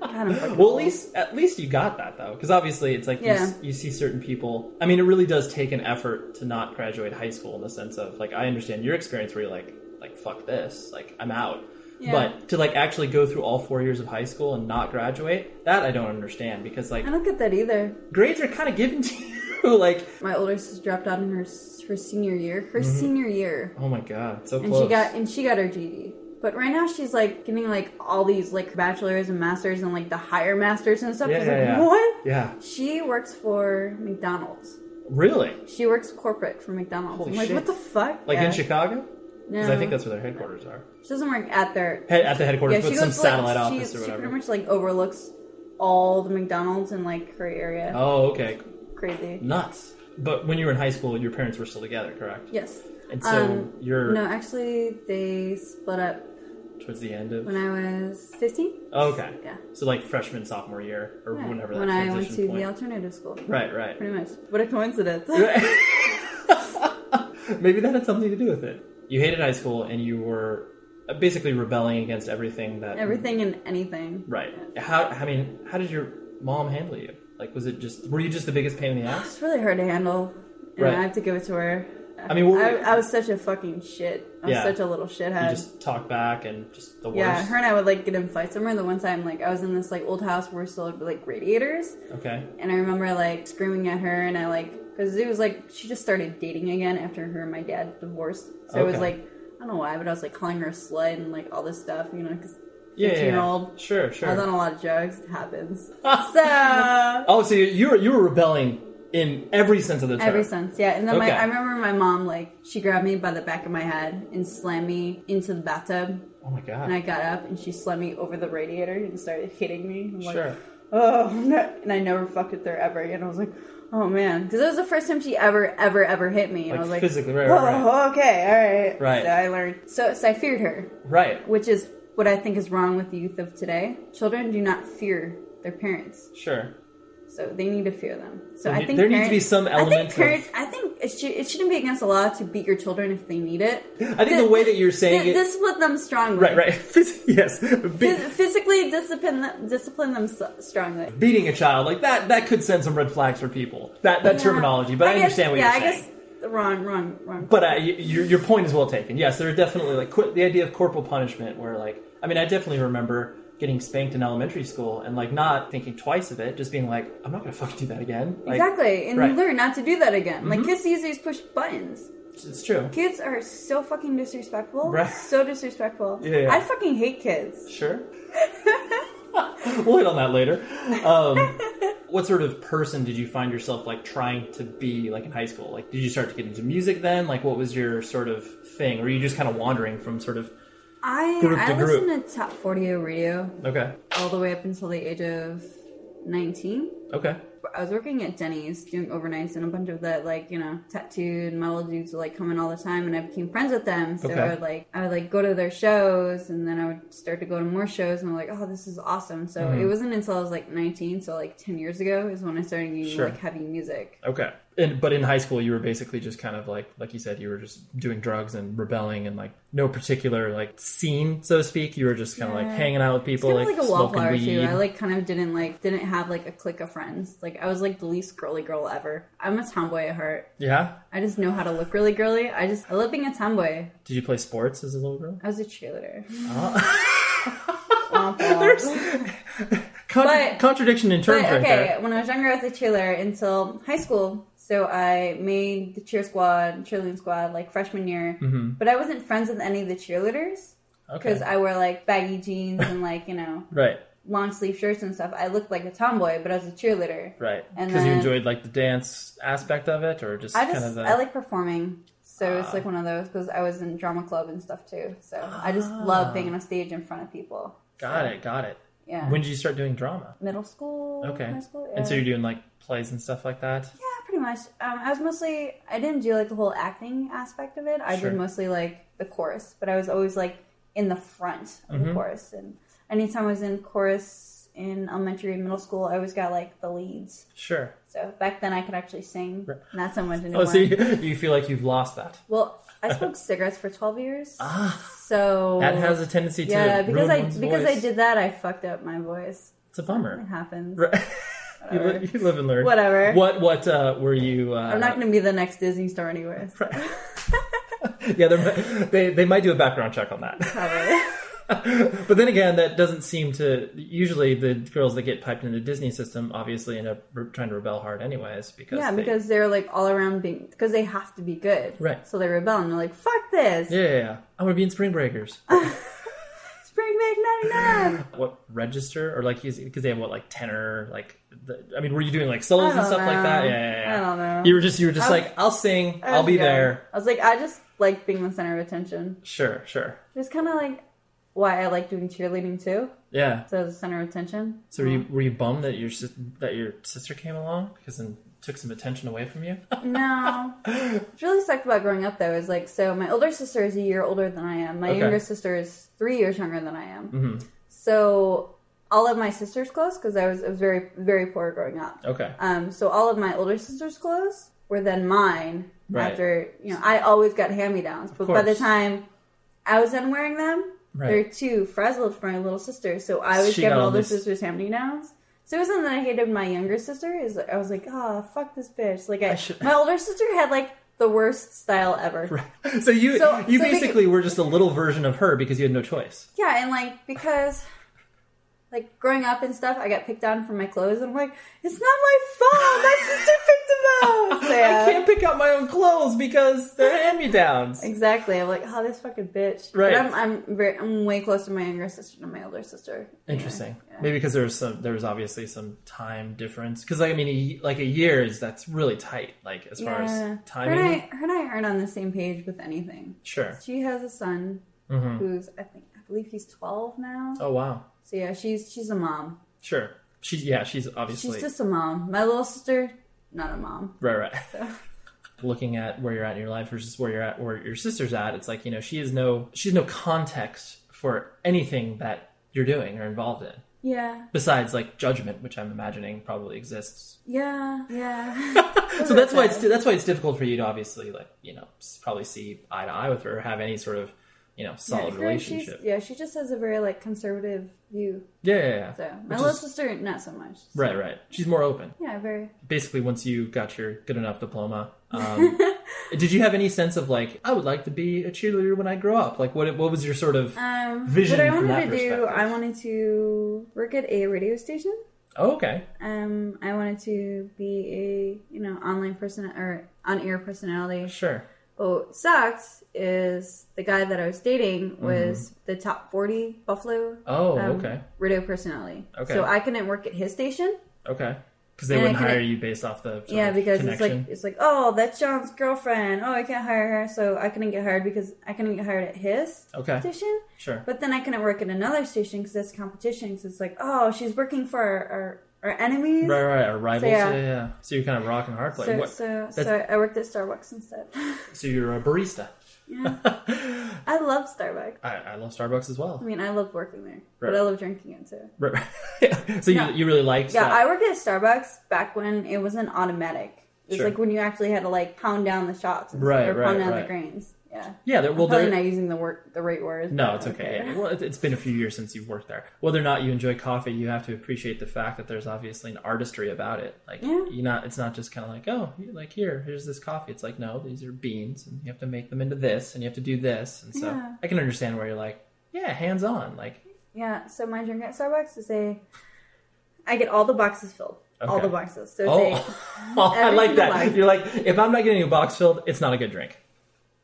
Speaker 2: God, I'm fucking
Speaker 1: Well, at
Speaker 2: old.
Speaker 1: least at least you got that though, because obviously it's like you s-
Speaker 2: Yeah.
Speaker 1: you, see certain people. I mean, it really does take an effort to not graduate high school in the sense of like I understand your experience where you're like like fuck this, like I'm out.
Speaker 2: Yeah.
Speaker 1: But to like actually go through all four years of high school and not graduate, that I don't understand because like
Speaker 2: I don't get that either.
Speaker 1: grades are kind of given to you. like
Speaker 2: My older sister dropped out in her s- her senior year. Her senior year.
Speaker 1: oh my god, so
Speaker 2: and
Speaker 1: close.
Speaker 2: she got and she got her GED. But right now she's like getting like all these like bachelors and masters and like the higher masters and stuff.
Speaker 1: yeah,
Speaker 2: she's
Speaker 1: yeah,
Speaker 2: like,
Speaker 1: yeah.
Speaker 2: what?
Speaker 1: Yeah,
Speaker 2: She works for McDonald's.
Speaker 1: really?
Speaker 2: She works corporate for McDonald's.
Speaker 1: Holy
Speaker 2: I'm like,
Speaker 1: shit.
Speaker 2: what the fuck?
Speaker 1: Like
Speaker 2: Yeah.
Speaker 1: in Chicago?
Speaker 2: No,
Speaker 1: Because I think that's where their headquarters are.
Speaker 2: she doesn't work at their.
Speaker 1: Head, at the headquarters,
Speaker 2: yeah,
Speaker 1: but
Speaker 2: she
Speaker 1: some
Speaker 2: goes to,
Speaker 1: satellite
Speaker 2: like,
Speaker 1: office
Speaker 2: she,
Speaker 1: or
Speaker 2: She
Speaker 1: whatever.
Speaker 2: pretty much like overlooks all the McDonald's in like her area.
Speaker 1: oh, okay.
Speaker 2: Crazy.
Speaker 1: Nuts. But when you were in high school, your parents were still together, correct?
Speaker 2: Yes.
Speaker 1: And so
Speaker 2: Um,
Speaker 1: you're
Speaker 2: No, actually, they split up
Speaker 1: towards the end of. Oh,
Speaker 2: when I was 15.
Speaker 1: okay.
Speaker 2: Yeah.
Speaker 1: So like freshman, sophomore year, or
Speaker 2: Yeah,
Speaker 1: whenever that
Speaker 2: when I
Speaker 1: transition
Speaker 2: went to
Speaker 1: point.
Speaker 2: the alternative school.
Speaker 1: right, right.
Speaker 2: Pretty much. What a coincidence.
Speaker 1: Maybe that had something to do with it. You hated high school, and you were uh, basically rebelling against everything that.
Speaker 2: Everything and anything.
Speaker 1: Right. How? I mean, how did your mom handle you? Like, was it just? Were you just the biggest pain in the ass?
Speaker 2: It's really hard to handle. And
Speaker 1: Right.
Speaker 2: I have to give it to her. I
Speaker 1: mean, what were
Speaker 2: I,
Speaker 1: you-
Speaker 2: I was such a fucking shit. I was
Speaker 1: Yeah.
Speaker 2: such a little
Speaker 1: You
Speaker 2: shithead.
Speaker 1: just talk back and just the worst.
Speaker 2: Um, Yeah, her and I would like get in fights. I remember the one time like I was in this like old house where we still had like radiators,
Speaker 1: Okay.
Speaker 2: and I remember like screaming at her, and I like because it was like she just started dating again after her and my dad divorced. So it was
Speaker 1: Okay.
Speaker 2: like I don't know why, but I was like calling her a slut and like all this stuff, you know, because
Speaker 1: Yeah, yeah, yeah.
Speaker 2: fifteen year old.
Speaker 1: Sure, sure.
Speaker 2: I was on a lot of drugs. It happens. so
Speaker 1: Oh, so you- you were you were rebelling in every sense of the term.
Speaker 2: Every sense, yeah. And then
Speaker 1: Okay.
Speaker 2: my, I remember my mom like she grabbed me by the back of my head and slammed me into the bathtub.
Speaker 1: Oh my god.
Speaker 2: And I got up and she slammed me over the radiator and started hitting me. I'm like,
Speaker 1: Sure.
Speaker 2: oh, no. and I never fucked with her ever again. I was like, oh man, because it was the first time she ever, ever, ever hit me. And
Speaker 1: Like,
Speaker 2: I was like,
Speaker 1: physically, right,
Speaker 2: whoa,
Speaker 1: right, right.
Speaker 2: okay, all right,
Speaker 1: Right.
Speaker 2: So I learned. So, so I feared her,
Speaker 1: Right.
Speaker 2: which is what I think is wrong with the youth of today. Children do not fear their parents.
Speaker 1: Sure.
Speaker 2: So they need to fear them. So
Speaker 1: There
Speaker 2: I
Speaker 1: need-
Speaker 2: think
Speaker 1: there needs to be
Speaker 2: parents-
Speaker 1: some
Speaker 2: I
Speaker 1: element
Speaker 2: think
Speaker 1: of-
Speaker 2: parents, I think it, should, it shouldn't be against the law to beat your children if they need it.
Speaker 1: I think the way that you're saying it-
Speaker 2: this with them strongly.
Speaker 1: Right, right. Phys- yes. Be-
Speaker 2: Phys- physically discipline them, discipline them so- strongly.
Speaker 1: beating a child like that that could send some red flags for people. That that terminology, but I,
Speaker 2: guess-
Speaker 1: understand what
Speaker 2: yeah,
Speaker 1: you're
Speaker 2: I
Speaker 1: saying.
Speaker 2: guess wrong, wrong, wrong.
Speaker 1: But uh, y- your your point is well taken. Yes, there are definitely like qu- the idea of corporal punishment, where like I mean, I definitely remember getting spanked in elementary school and like not thinking twice of it, just being like, I'm not gonna fucking do that again. Like,
Speaker 2: exactly, and
Speaker 1: right. Mm-hmm.
Speaker 2: you learn not to do that again. Like kids these days push buttons.
Speaker 1: It's true.
Speaker 2: Kids are so fucking disrespectful.
Speaker 1: Right.
Speaker 2: So disrespectful.
Speaker 1: Yeah.
Speaker 2: I fucking hate kids.
Speaker 1: Sure. we'll hit on that later. Um, what sort of person did you find yourself like trying to be like in high school? Like, did you start to get into music then? Like, what was your sort of thing? Or Were you just kind of wandering from sort of
Speaker 2: I
Speaker 1: Group to
Speaker 2: I
Speaker 1: group.
Speaker 2: listen to top forty radio
Speaker 1: okay,
Speaker 2: all the way up until the age of nineteen.
Speaker 1: okay,
Speaker 2: I was working at Denny's doing overnights, and a bunch of the like you know tattooed metal dudes would like come in all the time, and I became friends with them. So
Speaker 1: Okay.
Speaker 2: I would like I would like go to their shows, and then I would start to go to more shows, and I'm like, oh, this is awesome. So
Speaker 1: Mm-hmm.
Speaker 2: it wasn't until I was like 19, so like 10 years ago, is when I started getting
Speaker 1: Sure.
Speaker 2: like heavy music.
Speaker 1: Okay. And but in high school you were basically just kind of like like you said you were just doing drugs and rebelling and like no particular like scene so to speak you were just kind of like hanging out with people
Speaker 2: Kind of
Speaker 1: like,
Speaker 2: like a
Speaker 1: smoking
Speaker 2: wallflower
Speaker 1: weed.
Speaker 2: too. I like kind of didn't like didn't have like a clique of friends. Like I was like the least girly girl ever. I'm a tomboy at heart.
Speaker 1: yeah.
Speaker 2: I just know how to look really girly. I just I love being a tomboy.
Speaker 1: Did you play sports as a little girl?
Speaker 2: I was a cheerleader.
Speaker 1: Oh. Contra-
Speaker 2: But-
Speaker 1: contradiction in terms
Speaker 2: But
Speaker 1: right
Speaker 2: okay,
Speaker 1: there.
Speaker 2: when I was younger, I was a cheerleader until high school. So I made the cheer squad, cheerleading squad, like freshman year. But I wasn't friends with any of the cheerleaders
Speaker 1: Mm-hmm. Okay.
Speaker 2: because I wore like baggy jeans and like you know
Speaker 1: right.
Speaker 2: long sleeve shirts and stuff. I looked like a tomboy, but I was a cheerleader.
Speaker 1: Right.
Speaker 2: And
Speaker 1: Because you
Speaker 2: then-
Speaker 1: enjoyed like the dance aspect of it or just,
Speaker 2: I just
Speaker 1: kind of the Ah.
Speaker 2: I like performing. So it's like one of those because I was in drama club and stuff too. So I just
Speaker 1: Ah.
Speaker 2: love being on a stage in front of people.
Speaker 1: Got it, got it.
Speaker 2: Yeah.
Speaker 1: When did you start doing drama?
Speaker 2: Middle school,
Speaker 1: Okay.
Speaker 2: high school,
Speaker 1: And so
Speaker 2: yeah.
Speaker 1: you're doing like plays and stuff like that?
Speaker 2: Yeah, pretty much. Um, I was mostly I didn't do like the whole acting aspect of it. I
Speaker 1: Sure.
Speaker 2: did mostly like the chorus, but I was always like in the front of
Speaker 1: Mm-hmm.
Speaker 2: the chorus. And anytime I was in chorus in elementary and middle school, I always got like the leads.
Speaker 1: Sure.
Speaker 2: So back then I could actually sing, not so much anymore.
Speaker 1: Oh, so you, you feel like you've lost that.
Speaker 2: Well, I smoked cigarettes for twelve years, so
Speaker 1: Ah. That has a tendency to
Speaker 2: yeah. Because
Speaker 1: ruin
Speaker 2: I
Speaker 1: one's
Speaker 2: because I
Speaker 1: voice.
Speaker 2: did that, I fucked up my voice.
Speaker 1: It's a
Speaker 2: It
Speaker 1: bummer.
Speaker 2: happens.
Speaker 1: Right. you, li- you live and learn.
Speaker 2: Whatever.
Speaker 1: What what uh, were you? Uh,
Speaker 2: I'm not going to be the next Disney star anyway. so
Speaker 1: Yeah, they're- they they might do a background check on that.
Speaker 2: probably.
Speaker 1: But then again, that doesn't seem to. Usually, the girls that get piped into the Disney system obviously end up re- trying to rebel hard, anyways. Because
Speaker 2: Yeah,
Speaker 1: they-
Speaker 2: because they're like all around being because they have to be good,
Speaker 1: Right.
Speaker 2: So they rebel and they're like, "Fuck this,
Speaker 1: yeah, yeah, yeah. I want to be in Spring Breakers.
Speaker 2: Spring Break '99."
Speaker 1: what register or like because they have what like tenor like the, I mean, were you doing like solos
Speaker 2: I
Speaker 1: and
Speaker 2: don't
Speaker 1: stuff like that?
Speaker 2: know.
Speaker 1: Yeah, yeah, yeah.
Speaker 2: I don't know.
Speaker 1: You were just you were just like I'll sing, I'll be
Speaker 2: Yeah.
Speaker 1: there.
Speaker 2: I was like, I just like being the center of attention.
Speaker 1: Sure, sure.
Speaker 2: It's kind of like why I like doing cheerleading too.
Speaker 1: Yeah.
Speaker 2: So I was the center of attention.
Speaker 1: So were you were you bummed that your sis- that your sister came along because then took some attention away from you?
Speaker 2: No, what's really sucked about growing up though is like, so my older sister is a year older than I am. My
Speaker 1: Okay. Mm-hmm.
Speaker 2: younger sister is three years younger than I am. So all of my sisters' clothes, because I was, I was very very poor growing up.
Speaker 1: okay.
Speaker 2: Um, so all of my older sister's clothes were then mine
Speaker 1: Right.
Speaker 2: after you know I always got hand me downs, but by the
Speaker 1: course.
Speaker 2: time I was done wearing them, they're
Speaker 1: Right.
Speaker 2: too frazzled for my little sister. So I was
Speaker 1: She
Speaker 2: getting
Speaker 1: got all
Speaker 2: older
Speaker 1: this-
Speaker 2: sister's hand me downs. So it wasn't that I hated my younger sister. Is I was like, oh fuck this bitch. Like I,
Speaker 1: should-
Speaker 2: my older sister had like the worst style ever.
Speaker 1: So you
Speaker 2: so-
Speaker 1: you
Speaker 2: so they-
Speaker 1: basically were just a little version of her because you had no choice.
Speaker 2: Yeah, and like because like growing up and stuff, I got picked on for my clothes, and I'm like, it's not my fault. My sister picked them out. So, yeah.
Speaker 1: I can't pick out my own clothes because they're hand me downs.
Speaker 2: Exactly. I'm like, oh, this fucking bitch.
Speaker 1: Right.
Speaker 2: But I'm, I'm very, I'm way close to my younger sister than my older sister.
Speaker 1: Interesting. Maybe because there was some there was obviously some time difference because like I mean a, ye- like a year is that's really tight like as far as
Speaker 2: Her and, I,
Speaker 1: timing.
Speaker 2: her and I aren't on the same page with anything.
Speaker 1: Sure. Mm-hmm.
Speaker 2: She has a son who's, I think, I believe he's 12 now.
Speaker 1: Oh wow.
Speaker 2: So yeah, she's she's a mom.
Speaker 1: Sure. She's yeah. She's
Speaker 2: She's
Speaker 1: obviously
Speaker 2: just a mom. My little sister, not a mom.
Speaker 1: Right, right. Looking at where you're at in your life versus where you're at, where your sister's at, it's like you know she has no she has no context for anything that you're doing or involved in
Speaker 2: Yeah,
Speaker 1: besides like judgment, which I'm imagining probably exists.
Speaker 2: yeah, yeah.
Speaker 1: So that's why it's that's why it's difficult for you to obviously like you know s- probably see eye to eye with her or have any sort of you know solid
Speaker 2: Her-
Speaker 1: relationship.
Speaker 2: She's, yeah, she just has a very like conservative view.
Speaker 1: Yeah, yeah, yeah.
Speaker 2: So my
Speaker 1: Which
Speaker 2: little
Speaker 1: is-
Speaker 2: sister, not so much.
Speaker 1: right, right. She's more open.
Speaker 2: Yeah, very.
Speaker 1: basically once you got your good enough diploma um, did you have any sense of like i would like to be a cheerleader when i grow up like what what was your sort of
Speaker 2: Um,
Speaker 1: vision
Speaker 2: What I
Speaker 1: from
Speaker 2: wanted
Speaker 1: that
Speaker 2: to do,
Speaker 1: perspective?
Speaker 2: I wanted to work at a radio station.
Speaker 1: oh, okay
Speaker 2: Um, I wanted to be a you know online person or on air personality.
Speaker 1: sure
Speaker 2: But what sucks is the guy that I was dating was the top forty Buffalo
Speaker 1: Mm-hmm. oh
Speaker 2: um,
Speaker 1: okay
Speaker 2: radio personality.
Speaker 1: Okay.
Speaker 2: So I couldn't work at his station.
Speaker 1: okay because they
Speaker 2: and I
Speaker 1: wouldn't hire
Speaker 2: couldn't-
Speaker 1: you based off the sort
Speaker 2: yeah,
Speaker 1: of
Speaker 2: because
Speaker 1: connection.
Speaker 2: it's like it's like oh that's John's girlfriend. Oh I can't hire her, so I couldn't get hired because I couldn't get hired at his
Speaker 1: Okay.
Speaker 2: station.
Speaker 1: sure
Speaker 2: But then I couldn't work at another station because that's competition. Because it's like, oh, she's working for our, or enemies.
Speaker 1: Right, right, or rivals. yeah.
Speaker 2: yeah.
Speaker 1: yeah, So you're kind of rocking hard play.
Speaker 2: So,
Speaker 1: what?
Speaker 2: so,
Speaker 1: that's-
Speaker 2: so I worked at Starbucks instead.
Speaker 1: so you're a barista.
Speaker 2: I love Starbucks.
Speaker 1: I, I love Starbucks as well.
Speaker 2: I mean, I love working there, but
Speaker 1: Right.
Speaker 2: I love drinking it too.
Speaker 1: Right, right. so you, you really liked
Speaker 2: Yeah,
Speaker 1: that.
Speaker 2: I worked at Starbucks back when it was an automatic. It was
Speaker 1: Sure.
Speaker 2: like when you actually had to like pound down the shots and
Speaker 1: Right,
Speaker 2: or
Speaker 1: right,
Speaker 2: pound down
Speaker 1: right.
Speaker 2: the grains. Yeah.
Speaker 1: yeah, they're, well,
Speaker 2: Well, Probably
Speaker 1: they're,
Speaker 2: not using the word the right word.
Speaker 1: No,
Speaker 2: but
Speaker 1: it's okay. Yeah. Well, it- it's been a few years since you've worked there. Whether or not you enjoy coffee, you have to appreciate the fact that there's obviously an artistry about it. Like,
Speaker 2: Yeah.
Speaker 1: you're not. It's not just kind of like, oh, you- like here, here's this coffee. It's like, no, these are beans, and you have to make them into this, and you have to do this, and so
Speaker 2: Yeah.
Speaker 1: I can understand where you're like, yeah, hands on. Like,
Speaker 2: Yeah. So my drink at Starbucks is a. I get all the boxes filled. All
Speaker 1: Okay.
Speaker 2: the boxes. So
Speaker 1: oh,
Speaker 2: it's a
Speaker 1: I like
Speaker 2: Everything
Speaker 1: that.
Speaker 2: you like.
Speaker 1: You're like, if I'm not getting a box filled, it's not a good drink.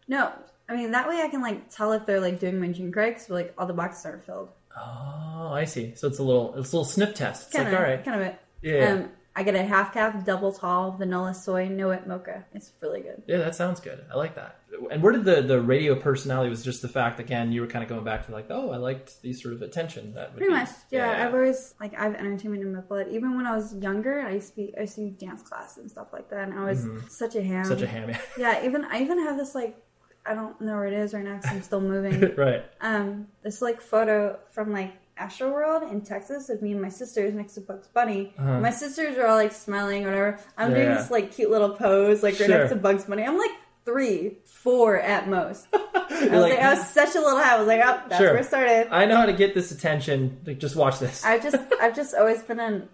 Speaker 2: No, I mean that way I can like tell if they're like doing my drink right because like all the boxes aren't filled.
Speaker 1: Oh, I see. So it's a little, it's a little sniff test. It's
Speaker 2: Kind of,
Speaker 1: like, all right,
Speaker 2: kind of it.
Speaker 1: Yeah.
Speaker 2: Um, I get a half calf, double tall, vanilla soy, no it mocha. It's really good.
Speaker 1: Yeah, that sounds good. I like that. And where did the, the radio personality was just the fact again you were kind of going back to like oh I liked the sort of attention that would
Speaker 2: Pretty
Speaker 1: be-
Speaker 2: much, yeah, I've always like I have entertainment in my blood. Even when I was younger, I used to be I used to do dance class and stuff like that, and I was such a ham.
Speaker 1: Mm-hmm. such a ham.
Speaker 2: Yeah, even I even have this like I don't know where it is right now because I'm still moving.
Speaker 1: right.
Speaker 2: um, this like photo from like Astroworld in Texas of me and my sisters next to Bugs Bunny. My sisters are all like smiling, or whatever. I'm doing
Speaker 1: Uh-huh. Yeah.
Speaker 2: this like cute little pose, like right
Speaker 1: Sure.
Speaker 2: next to Bugs Bunny. I'm like three, four at most. I
Speaker 1: You're
Speaker 2: was
Speaker 1: like,
Speaker 2: like, I was such a little high. I was like, oh, that's
Speaker 1: Sure.
Speaker 2: where it started.
Speaker 1: I know how to get this attention. Like just watch this.
Speaker 2: I just, I've just always been an,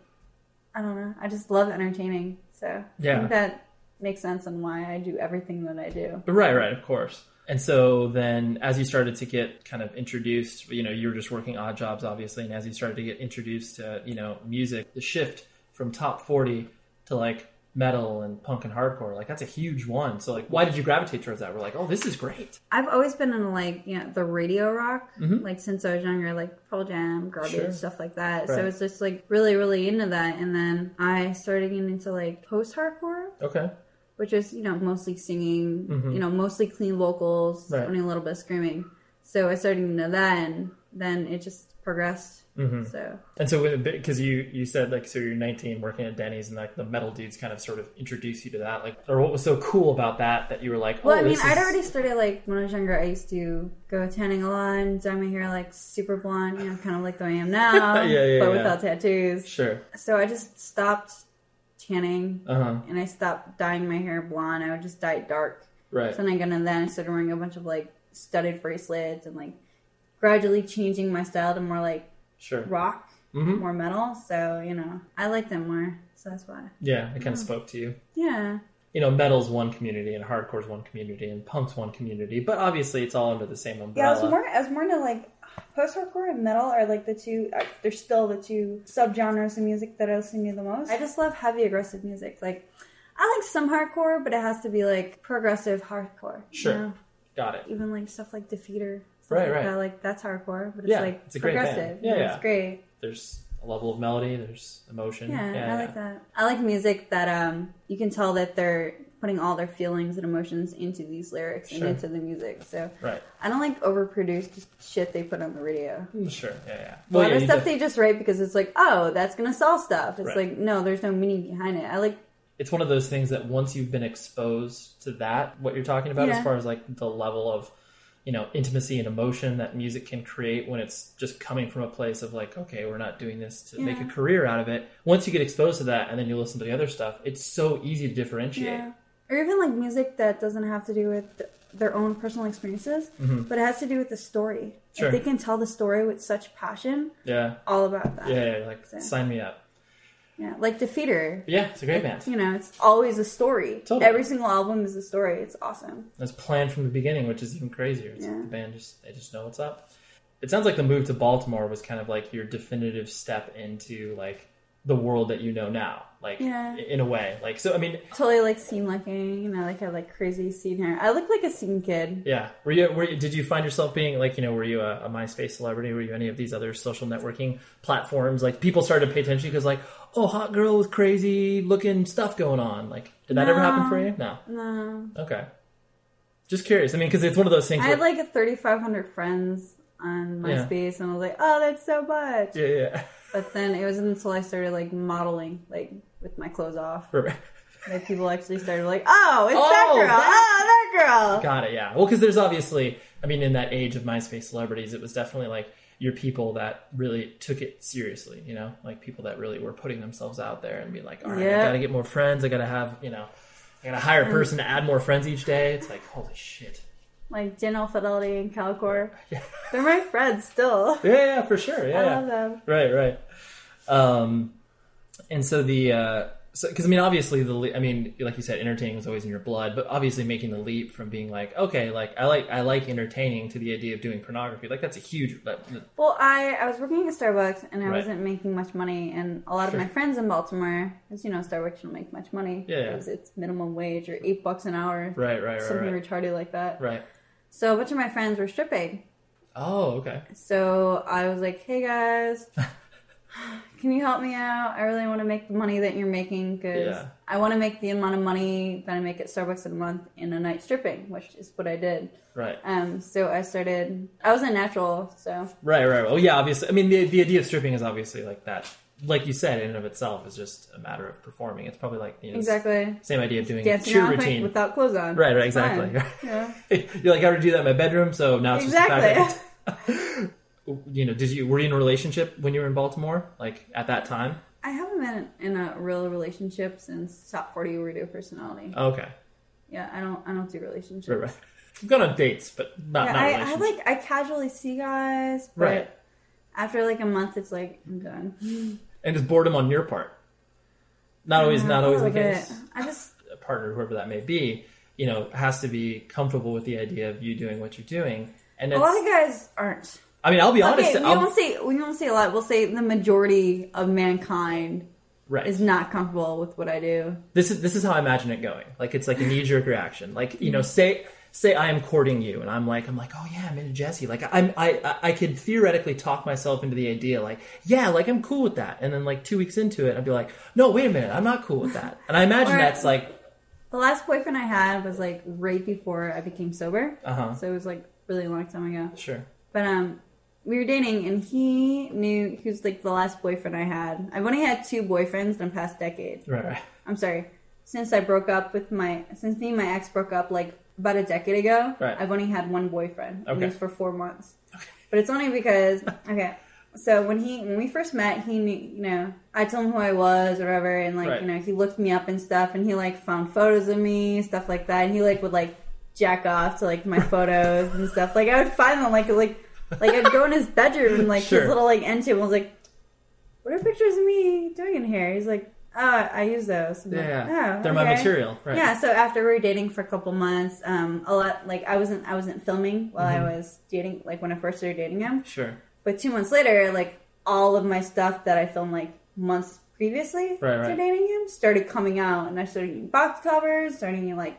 Speaker 2: I don't know, I just love entertaining. So I
Speaker 1: Yeah.
Speaker 2: think that makes sense on why I do everything that I do.
Speaker 1: right, right, of course. And so then as you started to get kind of introduced, you know, you were just working odd jobs obviously, and as you started to get introduced to, you know, music, the shift from top 40 to like metal and punk and hardcore, like that's a huge one. So like why did you gravitate towards that? We're like, "Oh, this is great."
Speaker 2: I've always been in like you know the radio rock, like since I was younger, like Pearl Jam, Garbage,
Speaker 1: Mm-hmm. Sure.
Speaker 2: stuff like that. So
Speaker 1: Right.
Speaker 2: I was just like really, really into that. And then I started getting into like post hardcore,
Speaker 1: Okay.
Speaker 2: which is you know mostly singing, you know mostly clean vocals,
Speaker 1: Mm-hmm. Right.
Speaker 2: only a little bit of screaming. So I started getting into that, and then it just progressed.
Speaker 1: Mm-hmm.
Speaker 2: So
Speaker 1: And so, because you you said like, so you're 19, working at Denny's, and like the metal dudes kind of sort of introduce you to that, like, or what was so cool about that that you were like, oh,
Speaker 2: Well, I mean,
Speaker 1: this
Speaker 2: I'd
Speaker 1: is-
Speaker 2: already started like when I was younger. I used to go tanning a lot and dye my hair like super blonde, you know, kind of like the way I am
Speaker 1: Yeah,
Speaker 2: now,
Speaker 1: yeah, yeah.
Speaker 2: but without tattoos.
Speaker 1: sure,
Speaker 2: So I just stopped tanning
Speaker 1: uh huh,
Speaker 2: and I stopped dyeing my hair blonde. I would just dye it dark.
Speaker 1: right,
Speaker 2: So then I got into that and I started wearing a bunch of like studded bracelets and like gradually changing my style to more like
Speaker 1: sure,
Speaker 2: rock,
Speaker 1: Mm-hmm.
Speaker 2: more metal. So, you know, I like them more. So that's why.
Speaker 1: yeah, it kind of spoke to you.
Speaker 2: Yeah.
Speaker 1: You know, metal's one community, and hardcore's one community, and punk's one community, but obviously it's all under the same
Speaker 2: Yeah, I
Speaker 1: umbrella.
Speaker 2: was more I was more into like post hardcore and metal are like the two uh, they're still the two subgenres of music that I listen to the most. I just love heavy aggressive music. Like I like some hardcore, but it has to be like progressive hardcore. you
Speaker 1: sure,
Speaker 2: know?
Speaker 1: got it.
Speaker 2: Even like stuff like Defeater. stuff
Speaker 1: Right,
Speaker 2: like
Speaker 1: right.
Speaker 2: That. Like that's hardcore, but it's
Speaker 1: Yeah,
Speaker 2: like
Speaker 1: it's a great band.
Speaker 2: progressive.
Speaker 1: Yeah, yeah.
Speaker 2: it's great.
Speaker 1: There's a level of melody, there's emotion.
Speaker 2: Yeah, I like that. I like music that um you can tell that they're putting all their feelings and emotions into these lyrics
Speaker 1: Sure.
Speaker 2: and into the music. So
Speaker 1: Right,
Speaker 2: I don't like overproduced shit they put on the radio.
Speaker 1: Mm, sure, yeah, yeah.
Speaker 2: a lot
Speaker 1: yeah,
Speaker 2: of
Speaker 1: you
Speaker 2: stuff
Speaker 1: def-
Speaker 2: they just write because it's like, oh, that's gonna sell stuff. It's
Speaker 1: Right.
Speaker 2: like, no, there's no meaning behind it. I like,
Speaker 1: it's one of those things that once you've been exposed to that, what you're talking about, as
Speaker 2: Yeah.
Speaker 1: far as like the level of, you know, intimacy and emotion that music can create when it's just coming from a place of like, okay, we're not doing this to make a career out of it. Once you get exposed to that and then you listen to the other stuff, it's so easy to differentiate.
Speaker 2: or even like music that doesn't have to do with th- their own personal experiences, but it has to do with the story.
Speaker 1: Mm-hmm. Sure.
Speaker 2: Like they can tell the story with such passion,
Speaker 1: Yeah.
Speaker 2: all about that.
Speaker 1: Yeah. yeah, yeah, like, sign me up.
Speaker 2: Yeah, Like Defeater,
Speaker 1: Yeah, it's a great band.
Speaker 2: you know, it's always a story.
Speaker 1: Totally.
Speaker 2: Every single album is a story. It's awesome.
Speaker 1: It's planned from the beginning, which is even crazier. It's like the band just they just know what's up. It sounds like the move to Baltimore was kind of like your definitive step into like the world that you know now, like
Speaker 2: Yeah.
Speaker 1: in a way. Like so, I mean,
Speaker 2: Totally like scene looking, you know, like I had like crazy scene hair. I look like a scene kid.
Speaker 1: yeah. Were you, were you did you find yourself being like you know were you a, a MySpace celebrity? Were you any of these other social networking platforms? Like people started to pay attention because like oh hot girl with crazy looking stuff going on. Like did that ever happen for you? No.
Speaker 2: No.
Speaker 1: Okay. Just curious. I mean, because it's one of those things.
Speaker 2: I
Speaker 1: where-
Speaker 2: had like 3,500 friends on
Speaker 1: Yeah.
Speaker 2: MySpace, and I was like, oh, that's so much.
Speaker 1: Yeah, yeah.
Speaker 2: But then it was until I started like modeling, like with my clothes off,
Speaker 1: Perfect.
Speaker 2: that people actually started like, oh, it's that
Speaker 1: Oh,
Speaker 2: girl,
Speaker 1: that's-
Speaker 2: oh, that girl.
Speaker 1: Got it. Yeah. Well, because there's obviously, I mean, in that age of MySpace celebrities, it was definitely like your people that really took it seriously. You know, like people that really were putting themselves out there and be like, all right,
Speaker 2: Yeah.
Speaker 1: I gotta get more friends. I gotta have, you know, I gotta hire a person to add more friends each day. It's like, holy shit.
Speaker 2: Like General Fidelity and Calcor. They're my friends still.
Speaker 1: Yeah, yeah, for sure. Yeah.
Speaker 2: I love them.
Speaker 1: right right um and so the uh so because i mean obviously the le- i mean like you said entertaining was always in your blood but obviously making the leap from being like okay like i like i like entertaining to the idea of doing pornography like that's a huge that,
Speaker 2: Well, I, I was working at Starbucks and I
Speaker 1: Right.
Speaker 2: wasn't making much money, and a lot of my friends in Baltimore, as you know, Starbucks don't make much money
Speaker 1: Yeah, yeah.
Speaker 2: because it's minimum wage or eight bucks an hour,
Speaker 1: right right right
Speaker 2: something
Speaker 1: right,
Speaker 2: retarded like that.
Speaker 1: right
Speaker 2: So a bunch of my friends were stripping.
Speaker 1: oh okay
Speaker 2: So I was like, hey guys, can you help me out? I really want to make the money that you're making because
Speaker 1: Yeah.
Speaker 2: I want to make the amount of money that I make at Starbucks in a month in a night stripping, which is what I did.
Speaker 1: right
Speaker 2: Um, so I started, I was a natural, so
Speaker 1: right right well yeah obviously i mean the, the idea of stripping is obviously like that like you said in and of itself is just a matter of performing it's probably like you know,
Speaker 2: exactly.
Speaker 1: same idea of doing
Speaker 2: Dancing
Speaker 1: a cheer
Speaker 2: around quick
Speaker 1: routine
Speaker 2: without clothes on.
Speaker 1: right right
Speaker 2: It's fine.
Speaker 1: exactly
Speaker 2: Yeah.
Speaker 1: You're like, I already do that in my bedroom, so now it's just the
Speaker 2: Exactly.
Speaker 1: fact that you know, did you were you in a relationship when you were in Baltimore? Like at that time?
Speaker 2: I haven't been in a real relationship since Top 40 Radio Personality.
Speaker 1: Okay.
Speaker 2: Yeah, I don't, I don't do relationships.
Speaker 1: Oh. Right, right. We've gone on dates, but not,
Speaker 2: Yeah,
Speaker 1: not
Speaker 2: I, I
Speaker 1: relationships.
Speaker 2: like, I casually see guys, but
Speaker 1: right.
Speaker 2: after like a month, it's like I'm done.
Speaker 1: And just boredom on your part. Not always not always
Speaker 2: A
Speaker 1: the
Speaker 2: little bit.
Speaker 1: case.
Speaker 2: I just
Speaker 1: A partner, whoever that may be, you know, has to be comfortable with the idea of you doing what you're doing. And
Speaker 2: a
Speaker 1: it's
Speaker 2: lot of guys aren't.
Speaker 1: I mean, I'll be honest.
Speaker 2: Okay, we
Speaker 1: I'll-
Speaker 2: won't say we won't say a lot. We'll say the majority of mankind
Speaker 1: right.
Speaker 2: is not comfortable with what I do.
Speaker 1: this is this is how I imagine it going. Like it's like a knee jerk reaction. Like you
Speaker 2: Mm-hmm.
Speaker 1: know, say say I am courting you, and I'm like I'm like oh yeah, I'm into Jesse. Like I'm I I- I could theoretically talk myself into the idea like yeah, like I'm cool with that. And then like two weeks into it, I'd be like no, wait a minute, I'm not cool with that. And I imagine
Speaker 2: Or-
Speaker 1: that's like
Speaker 2: The last boyfriend I had was like right before I became sober,
Speaker 1: Uh-huh.
Speaker 2: so it was like really long time ago.
Speaker 1: sure
Speaker 2: But um, we were dating, and he knew he was like the last boyfriend I had. I've only had two boyfriends in the past decade.
Speaker 1: right right
Speaker 2: I'm sorry. Since I broke up with my, since me and my ex broke up like about a decade ago,
Speaker 1: Right.
Speaker 2: I've only had one boyfriend. And
Speaker 1: Okay.
Speaker 2: it was for four months. But it's only because, okay. So when he, when we first met, he knew, you know, I told him who I was or whatever. And like,
Speaker 1: Right.
Speaker 2: you know, he looked me up and stuff and he like found photos of me, stuff like that. And he like would like jack off to like my photos and stuff. Like I would find them like, like, like I'd go in his bedroom and like
Speaker 1: Sure.
Speaker 2: his little like end table was like, what are pictures of me doing in here? He's like, oh, I use those. I'm like,
Speaker 1: yeah,
Speaker 2: "Oh,
Speaker 1: they're my
Speaker 2: okay."
Speaker 1: material right
Speaker 2: Yeah. So after we were dating for a couple months, um, a lot like I wasn't I wasn't filming while
Speaker 1: Mm-hmm.
Speaker 2: I was dating, like when I first started dating him.
Speaker 1: sure
Speaker 2: But two months later, like all of my stuff that I filmed like months previously
Speaker 1: Right,
Speaker 2: to
Speaker 1: right.
Speaker 2: dating him started coming out, and I started getting box covers, starting getting, like.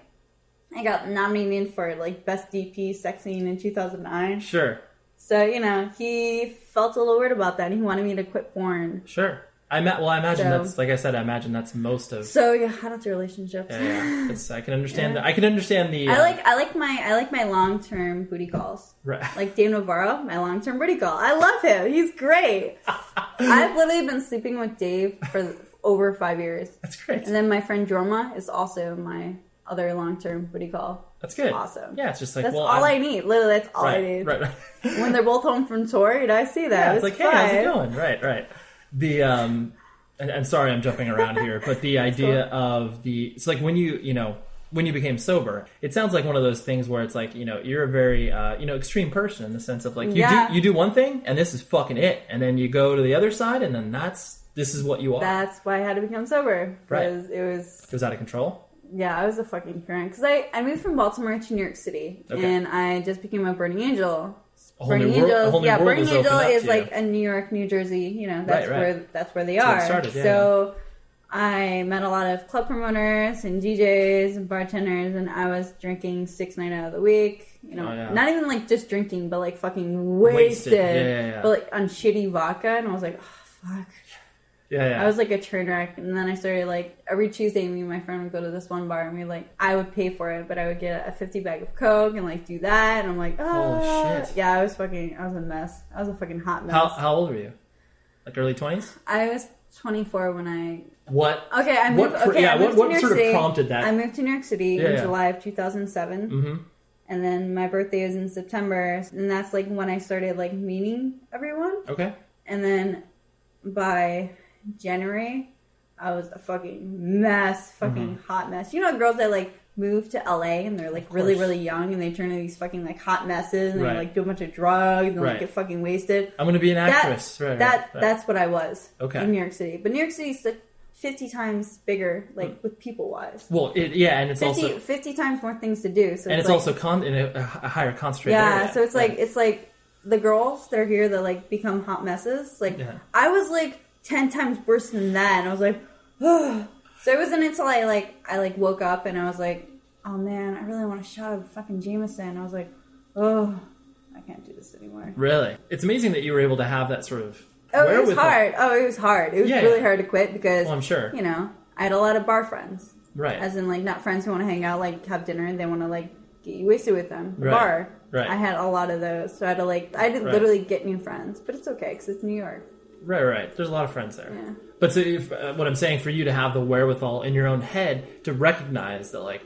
Speaker 2: I got nominated for like best DP sex scene in 2009.
Speaker 1: sure
Speaker 2: So you know he felt a little weird about that. and He wanted me to quit porn.
Speaker 1: sure I ma- well I imagine
Speaker 2: So-
Speaker 1: that's like I said I imagine that's most of
Speaker 2: So yeah, I don't do relationships.
Speaker 1: yeah, yeah. It's, I can understand that I can understand the
Speaker 2: I
Speaker 1: uh,
Speaker 2: like I like my I like my long term booty calls.
Speaker 1: right.
Speaker 2: Like Dave Navarro, my long term booty call. I love him. He's great. I've literally been sleeping with Dave for over five years.
Speaker 1: that's great
Speaker 2: And then my friend Jorma is also my other long term booty call.
Speaker 1: that's good
Speaker 2: awesome.
Speaker 1: yeah it's just like
Speaker 2: That's
Speaker 1: well
Speaker 2: all i
Speaker 1: I'm-
Speaker 2: need. Literally, that's all I
Speaker 1: right,
Speaker 2: need.
Speaker 1: right right.
Speaker 2: When they're both home from tour, you know, I see that.
Speaker 1: Yeah, it's like, hey, how's it
Speaker 2: fine.
Speaker 1: going? Right, right. The um, and, and sorry, I'm jumping around here, but the idea of the it's like when you you know when you became sober, it sounds like one of those things where it's like you know you're a very uh, you know extreme person in the sense of like you
Speaker 2: Yeah.
Speaker 1: do you do one thing and this is fucking it, and then you go to the other side and then that's this is what you are.
Speaker 2: That's why I had to become sober.
Speaker 1: Right.
Speaker 2: Because it was
Speaker 1: it was out of control.
Speaker 2: Yeah, I was a fucking parent because I, I moved from Baltimore to New York City
Speaker 1: Okay.
Speaker 2: and I just became a Burning Angel.
Speaker 1: A whole new
Speaker 2: Burning
Speaker 1: world- a whole new
Speaker 2: yeah,
Speaker 1: world
Speaker 2: Burning
Speaker 1: was opened
Speaker 2: Angel
Speaker 1: up to
Speaker 2: is
Speaker 1: you.
Speaker 2: like a New York, New Jersey. You know, that's
Speaker 1: right.
Speaker 2: where that's where they
Speaker 1: where it
Speaker 2: are.
Speaker 1: started, yeah,
Speaker 2: so I met a lot of club promoters and DJs and bartenders, and I was drinking six night out of the week. You know,
Speaker 1: Oh, yeah.
Speaker 2: not even like just drinking, but like fucking wasted,
Speaker 1: Yeah, yeah, yeah.
Speaker 2: but like on shitty vodka, and I was like, oh, fuck.
Speaker 1: Yeah, yeah.
Speaker 2: I was like a train wreck, and then I started like every Tuesday, me and my friend would go to this one bar, and we like I would pay for it, but I would get a fifty bag of coke and like do that, and I'm like, oh
Speaker 1: shit.
Speaker 2: yeah, I was fucking, I was a mess, I was a fucking hot mess.
Speaker 1: how, uh, how old were you? Like early 20s?
Speaker 2: I was 24 when I
Speaker 1: What?
Speaker 2: Okay, I
Speaker 1: what
Speaker 2: moved.
Speaker 1: pr-
Speaker 2: okay,
Speaker 1: yeah,
Speaker 2: I moved
Speaker 1: what, what
Speaker 2: to New York
Speaker 1: sort
Speaker 2: City.
Speaker 1: of prompted that?
Speaker 2: I moved to New York City
Speaker 1: Yeah,
Speaker 2: in
Speaker 1: yeah. Mm-hmm.
Speaker 2: July of 2007, and then my birthday was in September, and that's like when I started like meeting everyone.
Speaker 1: okay.
Speaker 2: And then by January, I was a fucking mess, fucking
Speaker 1: Mm-hmm.
Speaker 2: hot mess. You know, girls that like move to LA and they're like really, really young, and they turn into these fucking like hot messes, and
Speaker 1: Right.
Speaker 2: they like do a bunch of drugs, and
Speaker 1: Right.
Speaker 2: like get fucking wasted
Speaker 1: I'm going to be an
Speaker 2: that,
Speaker 1: actress. right, right,
Speaker 2: that
Speaker 1: right.
Speaker 2: that's what I was
Speaker 1: Okay.
Speaker 2: in New York City. But New York City's like 50 times bigger, like with people wise.
Speaker 1: Well, it, yeah, and Mm. it's
Speaker 2: 50,
Speaker 1: also.
Speaker 2: 50 times more things to do. So
Speaker 1: And it's
Speaker 2: like,
Speaker 1: also con- in a, a higher concentrated
Speaker 2: yeah.
Speaker 1: area.
Speaker 2: So it's like
Speaker 1: Right.
Speaker 2: it's like the girls that are here that like become hot messes. Like
Speaker 1: Yeah.
Speaker 2: I was like 10 times worse than that, and I was like, so it wasn't until I like I like woke up and I was like, oh man, I really want a shot of fucking Jameson. I was like, oh, I can't do this anymore.
Speaker 1: Really? It's amazing that you were able to have that sort of.
Speaker 2: Oh, it was
Speaker 1: wherewithal.
Speaker 2: hard. Oh, it was hard. It was
Speaker 1: Yeah,
Speaker 2: really
Speaker 1: yeah.
Speaker 2: hard to quit because
Speaker 1: Well, I'm sure.
Speaker 2: you know I had a lot of bar friends,
Speaker 1: Right.
Speaker 2: as in like not friends who want to hang out, like have dinner, and they want to like get you wasted with them. The
Speaker 1: Right.
Speaker 2: bar.
Speaker 1: Right.
Speaker 2: I had a lot of those, so I had to like I didn't
Speaker 1: Right.
Speaker 2: literally get new friends, but it's okay because it's New York.
Speaker 1: Right, right. There's a lot of friends there.
Speaker 2: Yeah.
Speaker 1: But so if, uh, what I'm saying for you to have the wherewithal in your own head to recognize that, like,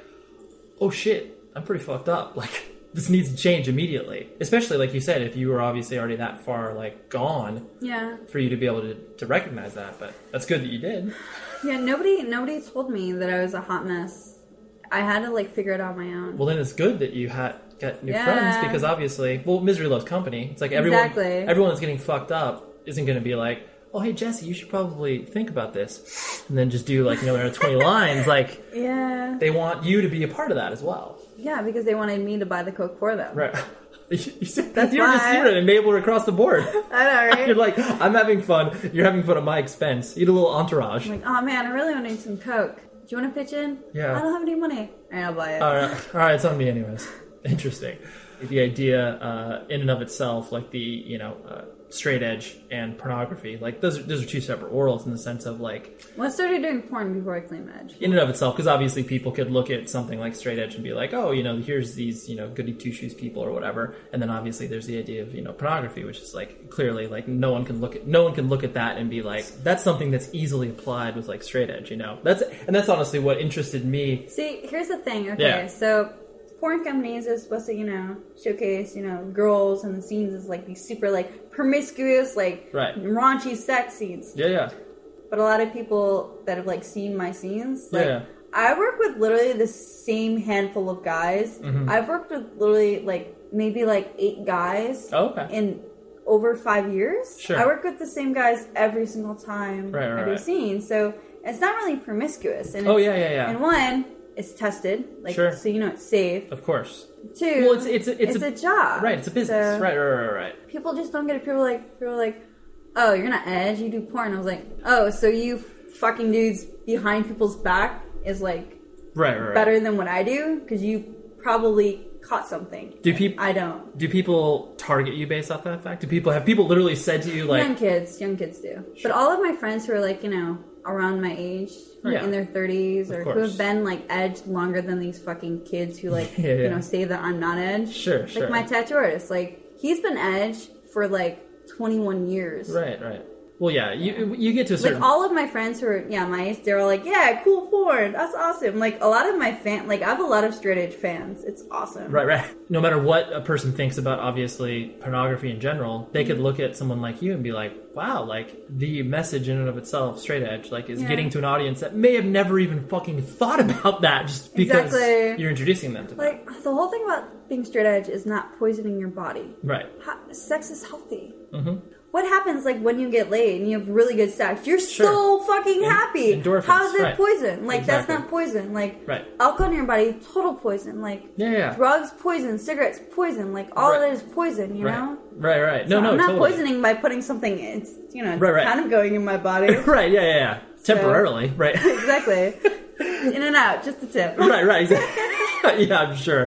Speaker 1: oh shit, I'm pretty fucked up. Like, this needs to change immediately. Especially, like you said, if you were obviously already that far, like, gone,
Speaker 2: Yeah.
Speaker 1: for you to be able to, to recognize that. But that's good that you did.
Speaker 2: Yeah. Nobody. Nobody told me that I was a hot mess. I had to like figure it out on my own.
Speaker 1: Well, then it's good that you had got new
Speaker 2: Yeah.
Speaker 1: friends because obviously, well, misery loves company. It's like everyone,
Speaker 2: Exactly.
Speaker 1: everyone that's getting fucked up isn't going to be like, oh, hey, Jesse, you should probably think about this. And then just do like, you know, another 20 lines. Like,
Speaker 2: yeah.
Speaker 1: they want you to be a part of that as well.
Speaker 2: Yeah, because they wanted me to buy the coke for them.
Speaker 1: Right. You, you said that you're just
Speaker 2: why-
Speaker 1: you're an enabler across the board.
Speaker 2: I know, right?
Speaker 1: You're like, I'm having fun. You're having fun at my expense. Eat a little entourage.
Speaker 2: Like, oh man, I really want to need some coke. Do you want to pitch in?
Speaker 1: Yeah.
Speaker 2: I don't have any money. And I'll buy it.
Speaker 1: all right, all right, it's on me, anyways. Interesting. The idea, uh, in and of itself, like the you know, uh, straight edge and pornography, like those are, those are two separate worlds in the sense of like
Speaker 2: Well, I started doing porn before I claimed edge.
Speaker 1: in and of itself, because obviously people could look at something like straight edge and be like, oh, you know, here's these you know goody two shoes people or whatever, and then obviously there's the idea of you know pornography, which is like clearly like no one can look at no one can look at that and be like that's something that's easily applied with like straight edge, you know. That's and that's honestly what interested me.
Speaker 2: See, here's the thing. Okay,
Speaker 1: Yeah.
Speaker 2: so porn companies are supposed to, you know, showcase, you know, girls and the scenes is like these super like promiscuous, like
Speaker 1: Right.
Speaker 2: raunchy sex scenes.
Speaker 1: Yeah, yeah,
Speaker 2: But a lot of people that have like seen my scenes, like
Speaker 1: Yeah.
Speaker 2: I work with literally the same handful of guys.
Speaker 1: Mm-hmm.
Speaker 2: I've worked with literally like maybe like eight guys.
Speaker 1: Oh, okay.
Speaker 2: In over five years,
Speaker 1: Sure.
Speaker 2: I work with the same guys every single time
Speaker 1: Right, right,
Speaker 2: I do
Speaker 1: right.
Speaker 2: scenes, so it's not really promiscuous. And
Speaker 1: Oh,
Speaker 2: it's-
Speaker 1: yeah, yeah, yeah.
Speaker 2: And one, it's tested, like
Speaker 1: Sure.
Speaker 2: so you know it's safe.
Speaker 1: of course.
Speaker 2: Two,
Speaker 1: Well, it's it's it's,
Speaker 2: a, job,
Speaker 1: right? It's a business,
Speaker 2: So
Speaker 1: right? Right? Right? Right?
Speaker 2: People just don't get it. People are like people are like, oh, you're not edge, you do porn. I was like, oh, so you fucking dudes behind people's back is like
Speaker 1: Right? Right? right.
Speaker 2: better than what I do because you probably caught something.
Speaker 1: Do people
Speaker 2: I don't.
Speaker 1: do people target you based off that fact? Do people have people literally said to you like,
Speaker 2: young kids, young kids do. But all of my friends who are like, you know, around my age, or
Speaker 1: Yeah.
Speaker 2: in their 30s, or who
Speaker 1: course.
Speaker 2: have been like edged longer than these fucking kids who like,
Speaker 1: Yeah, yeah.
Speaker 2: you know, say that I'm not edged.
Speaker 1: Sure,
Speaker 2: like
Speaker 1: sure.
Speaker 2: my tattoo artist, like he's been edged for like 21 years.
Speaker 1: right? Right? Well, yeah. You you get to a
Speaker 2: Like
Speaker 1: certain
Speaker 2: all of my friends who are yeah my age, they're all like yeah cool porn that's awesome. Like a lot of my fan like I have a lot of straight edge fans. It's awesome.
Speaker 1: Right, right. No matter what a person thinks about, obviously, pornography in general, they could look at someone like you and be like, wow, like, the message in and of itself, straight edge, like, is getting to an audience that may have never even fucking thought about that just because
Speaker 2: Exactly.
Speaker 1: you're introducing them to that.
Speaker 2: Like the whole thing about being straight edge is not poisoning your body.
Speaker 1: Right.
Speaker 2: Ho- sex is healthy.
Speaker 1: Mm-hmm.
Speaker 2: What happens like when you get laid and you have really good sex? You're so fucking happy.
Speaker 1: endorphins,
Speaker 2: How is that
Speaker 1: right.
Speaker 2: poison? Like
Speaker 1: Exactly.
Speaker 2: that's not poison. Like
Speaker 1: Right.
Speaker 2: alcohol in your body, total poison. Like
Speaker 1: Yeah, yeah.
Speaker 2: drugs, poison, cigarettes, poison. Like all
Speaker 1: Right.
Speaker 2: of that is poison. You know.
Speaker 1: Right, right. No, no,
Speaker 2: I'm not
Speaker 1: totally.
Speaker 2: poisoning by putting something. It's you know, it's
Speaker 1: Right, right.
Speaker 2: kind of going in my body.
Speaker 1: Right, yeah, yeah, yeah. Temporarily, right.
Speaker 2: exactly. in and out, just a tip.
Speaker 1: right, right, exactly. yeah, I'm sure.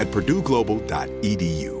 Speaker 3: at purdueglobal.edu.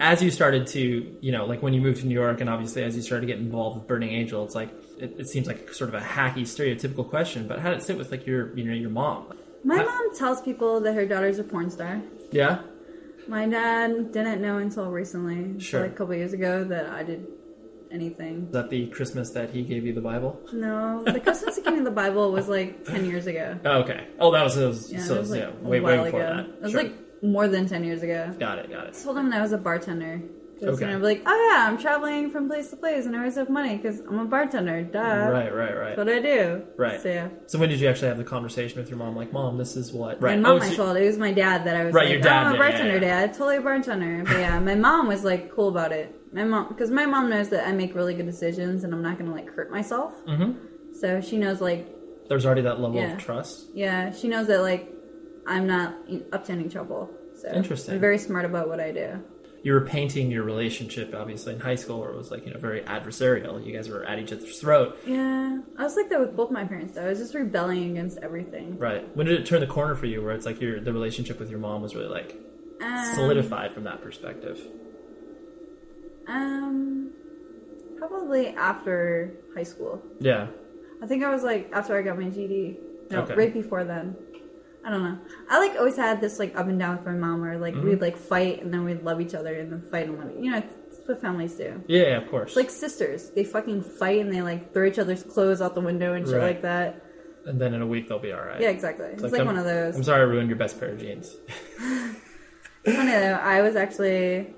Speaker 1: as you started to, you know, like when you moved to New York, and obviously as you started to get involved with Burning Angel, it's like it, it seems like sort of a hacky, stereotypical question. But how did it sit with like your, you know, your mom?
Speaker 2: My mom tells people that her daughter's a porn star.
Speaker 1: Yeah,
Speaker 2: My dad didn't know until recently,
Speaker 1: Sure.
Speaker 2: like a couple years ago, that I did anything.
Speaker 1: is that the Christmas that he gave you the Bible?
Speaker 2: No, the Christmas King of the Bible was like ten years ago.
Speaker 1: Oh, okay. Oh, that was, it was
Speaker 2: Yeah,
Speaker 1: so
Speaker 2: it was like
Speaker 1: yeah,
Speaker 2: a
Speaker 1: way way
Speaker 2: while
Speaker 1: before
Speaker 2: ago.
Speaker 1: that.
Speaker 2: It was
Speaker 1: Sure.
Speaker 2: like more than ten years ago.
Speaker 1: got it, got it.
Speaker 2: told him that I was a bartender. Because
Speaker 1: Okay.
Speaker 2: okay. I'm like, oh yeah, I'm traveling from place to place, and I always have money because I'm a bartender. Duh.
Speaker 1: Right, right, right.
Speaker 2: That's what I do.
Speaker 1: Right.
Speaker 2: So yeah.
Speaker 1: So when did you actually have the conversation with your mom? Like, mom, this is what. Right. Oh,
Speaker 2: And mom,
Speaker 1: so
Speaker 2: I
Speaker 1: you-
Speaker 2: told it was my dad that I was
Speaker 1: Right,
Speaker 2: like,
Speaker 1: your dad,
Speaker 2: oh, I'm a
Speaker 1: yeah, yeah,
Speaker 2: bartender,
Speaker 1: yeah.
Speaker 2: dad, totally a bartender. But yeah, my mom was like cool about it. My mom, because my mom knows that I make really good decisions and I'm not gonna like hurt myself. Mm-hmm. So she knows like,
Speaker 1: There's already that level
Speaker 2: Yeah.
Speaker 1: of trust.
Speaker 2: yeah, she knows that like I'm not up to any trouble. So
Speaker 1: Interesting.
Speaker 2: I'm very smart about what I do.
Speaker 1: You were painting your relationship, obviously, in high school, where it was like you know very adversarial. You guys were at each other's throat.
Speaker 2: Yeah, I was like that with both my parents though. I was just rebelling against everything.
Speaker 1: Right. When did it turn the corner for you, where it's like your the relationship with your mom was really like
Speaker 2: Uh,
Speaker 1: solidified from that perspective?
Speaker 2: Um, probably after high school.
Speaker 1: Yeah.
Speaker 2: I think I was like after I got my GD. No,
Speaker 1: Okay.
Speaker 2: right before then. I don't know. I like always had this like up and down with my mom, where like
Speaker 1: Mm-hmm.
Speaker 2: we'd like fight and then we'd love each other and then fight and love. You know, it's what families do.
Speaker 1: Yeah, of course.
Speaker 2: Like sisters, they fucking fight and they like throw each other's clothes out the window and shit
Speaker 1: Right.
Speaker 2: like that.
Speaker 1: and then in a week they'll be all right.
Speaker 2: Yeah, exactly. It's, like
Speaker 1: I'm-
Speaker 2: one of those.
Speaker 1: I'm sorry I ruined your best pair of jeans.
Speaker 2: It's funny though. I was actually,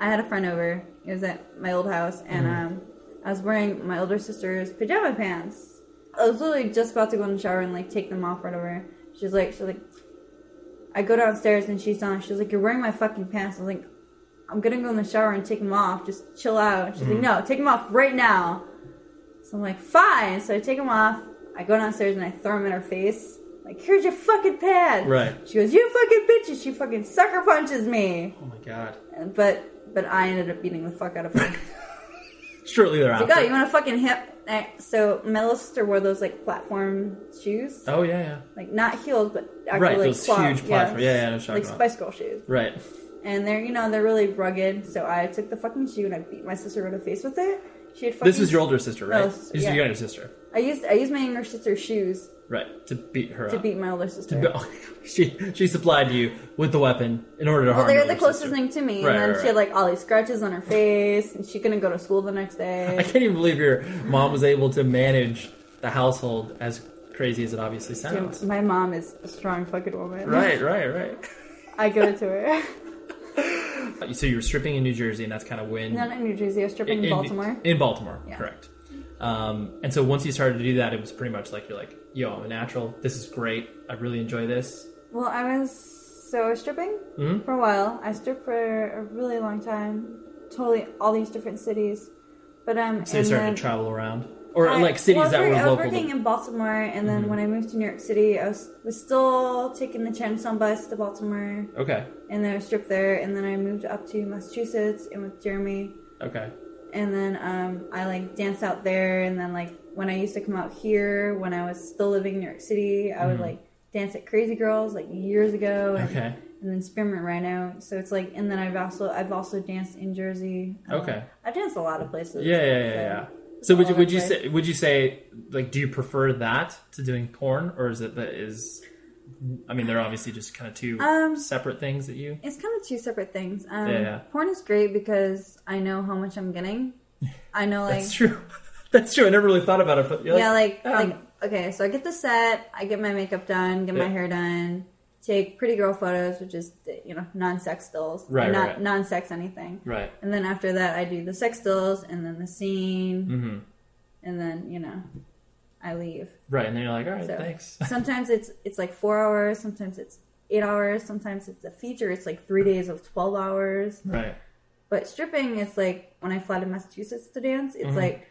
Speaker 2: I had a friend over. It was at my old house, and um, I was wearing my older sister's pajama pants. I was literally just about to go in the shower and like take them off, or whatever. She's like, she's like, I go downstairs and she's down. She's like, you're wearing my fucking pants. I was like, I'm gonna go in the shower and take them off. Just chill out. She's like, no, take them off right now. So I'm like, fine. So I take them off. I go downstairs and I throw them in her face. Like, here's your fucking pad.
Speaker 1: Right.
Speaker 2: She goes, you fucking bitch. And she fucking sucker punches me.
Speaker 1: oh my god.
Speaker 2: And- But but I ended up beating the fuck out of her.
Speaker 1: Shortly
Speaker 2: like,
Speaker 1: thereafter.
Speaker 2: oh, you want to fucking hip? Eh, So my little sister wore those like platform shoes,
Speaker 1: oh yeah, yeah.
Speaker 2: like not heels, but actually
Speaker 1: Right,
Speaker 2: like
Speaker 1: those
Speaker 2: clog-
Speaker 1: huge platform- yeah, yeah, I know what you're
Speaker 2: like
Speaker 1: talking about.
Speaker 2: Spice Girl shoes.
Speaker 1: Right.
Speaker 2: and they're you know they're really rugged. So I took the fucking shoe and I beat my sister over the face with it. She had fucking.
Speaker 1: This was your older sister, right?
Speaker 2: No,
Speaker 1: This is
Speaker 2: Oh, yeah.
Speaker 1: your younger sister,
Speaker 2: I used I used my younger sister's shoes
Speaker 1: right? To beat her
Speaker 2: to
Speaker 1: up.
Speaker 2: beat my older sister.
Speaker 1: oh, she she supplied you with the weapon in order to harm.
Speaker 2: They're
Speaker 1: your
Speaker 2: the
Speaker 1: older
Speaker 2: closest
Speaker 1: sister.
Speaker 2: thing to me.
Speaker 1: Right,
Speaker 2: and then
Speaker 1: right,
Speaker 2: she
Speaker 1: right.
Speaker 2: had like all these scratches on her face, and she couldn't go to school the next
Speaker 1: I
Speaker 2: day.
Speaker 1: can't even believe your mom was able to manage the household as crazy as it obviously sounds.
Speaker 2: My mom is a strong fucking woman.
Speaker 1: Right, right, right.
Speaker 2: I give it to her.
Speaker 1: So you were stripping in New Jersey, and that's kind of when
Speaker 2: Not in New Jersey. I was stripping in, Baltimore.
Speaker 1: In Baltimore, correct. Um, and so once you started to do that, it was pretty much like you're like, "Yo, I'm a natural. This is great. I really enjoy this."
Speaker 2: well, I was so I was stripping
Speaker 1: Mm-hmm.
Speaker 2: for a while. I stripped for a really long time. Totally all these different cities, but um.
Speaker 1: So you
Speaker 2: and
Speaker 1: started
Speaker 2: then-
Speaker 1: to travel around, or
Speaker 2: I-
Speaker 1: like cities
Speaker 2: well, I was
Speaker 1: that were
Speaker 2: working- I
Speaker 1: local. Mm-hmm.
Speaker 2: was working in Baltimore, and then when I moved to New York City, I was, was still taking the Chinatown bus to Baltimore,
Speaker 1: okay,
Speaker 2: and then I stripped there, and then I moved up to Massachusetts and with Jeremy,
Speaker 1: okay.
Speaker 2: and then um, I like danced out there, and then like when I used to come out here, when I was still living in New York City, I would like dance at Crazy Girls like years ago, and,
Speaker 1: Mm-hmm. Okay.
Speaker 2: and then Spearmint Rhino. So it's like, and then I've also I've also danced in Jersey.
Speaker 1: Okay.
Speaker 2: I danced a lot of places.
Speaker 1: Yeah, yeah, yeah,
Speaker 2: so-
Speaker 1: yeah. So would you
Speaker 2: all over
Speaker 1: would
Speaker 2: the
Speaker 1: you
Speaker 2: place.
Speaker 1: say would you say like do you prefer that to doing porn or is it that is I mean they're obviously just kind of two
Speaker 2: Um,
Speaker 1: separate things that you
Speaker 2: It's kind of two separate things. Um,
Speaker 1: Yeah, yeah.
Speaker 2: Porn is great because I know how much I'm getting. I know, like,
Speaker 1: That's true. That's true. I never really thought about it. But you're
Speaker 2: yeah, like,
Speaker 1: um,
Speaker 2: like, okay, so I get the set, I get my makeup done, get my
Speaker 1: Yeah.
Speaker 2: hair done, take pretty girl photos, which is you know non-sex stills,
Speaker 1: Right, right,
Speaker 2: not
Speaker 1: right.
Speaker 2: non-sex anything,
Speaker 1: right.
Speaker 2: and then after that I do the sex stills and then the scene,
Speaker 1: Mm-hmm.
Speaker 2: and then you know I leave.
Speaker 1: Right, and then you're like, all right,
Speaker 2: So
Speaker 1: thanks.
Speaker 2: sometimes it's it's like four hours, sometimes it's eight hours, sometimes it's a feature, it's like three days of twelve hours.
Speaker 1: Right.
Speaker 2: But stripping is like when I fly to Massachusetts to dance,
Speaker 1: Mm-hmm.
Speaker 2: it's like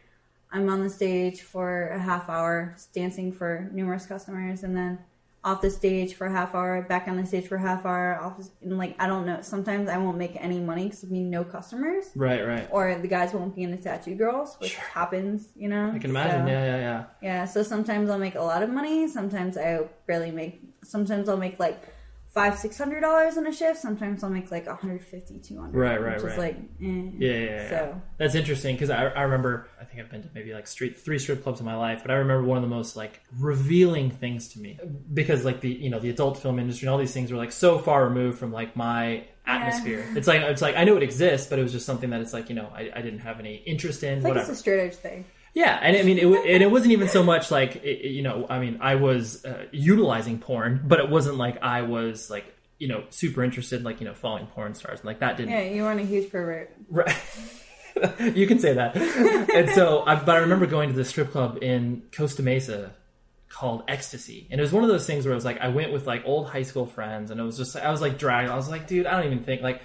Speaker 2: I'm on the stage for a half hour, dancing for numerous customers, and then off the stage for a half hour, back on the stage for a half hour. Off the, and like I don't know. Sometimes I won't make any money because there'll be no customers,
Speaker 1: Right, right.
Speaker 2: or the guys won't be into tattoo girls, which happens. You know,
Speaker 1: I can imagine.
Speaker 2: So-
Speaker 1: Yeah, yeah, yeah.
Speaker 2: yeah, so sometimes I'll make a lot of money. Sometimes I barely make. Sometimes I'll make like five, six hundred dollars in a shift. Sometimes I'll make like a hundred fifty, two hundred.
Speaker 1: Right, right,
Speaker 2: which
Speaker 1: right.
Speaker 2: Is like, eh.
Speaker 1: Yeah, yeah, yeah. yeah.
Speaker 2: So
Speaker 1: That's interesting because I, I remember I think I've been to maybe like street three strip clubs in my life, but I remember one of the most like revealing things to me because like the you know the adult film industry and all these things were like so far removed from like my atmosphere. It's like it's like I know it exists, but it was just something that it's like you know I, I didn't have any interest in.
Speaker 2: it's like
Speaker 1: whatever.
Speaker 2: it's a straight edge thing.
Speaker 1: Yeah, and I mean, it, wa- and it wasn't even so much like it, it- you know, I mean, I was uh, utilizing porn, but it wasn't like I was like you know super interested, like you know, following porn stars and like that didn't.
Speaker 2: Yeah, you weren't a huge pervert.
Speaker 1: Right. you can say that. and so, I, but I remember going to this strip club in Costa Mesa called Ecstasy, and it was one of those things where it was like I went with like old high school friends, and it was just I was like dragged. I was like, dude, I don't even think like.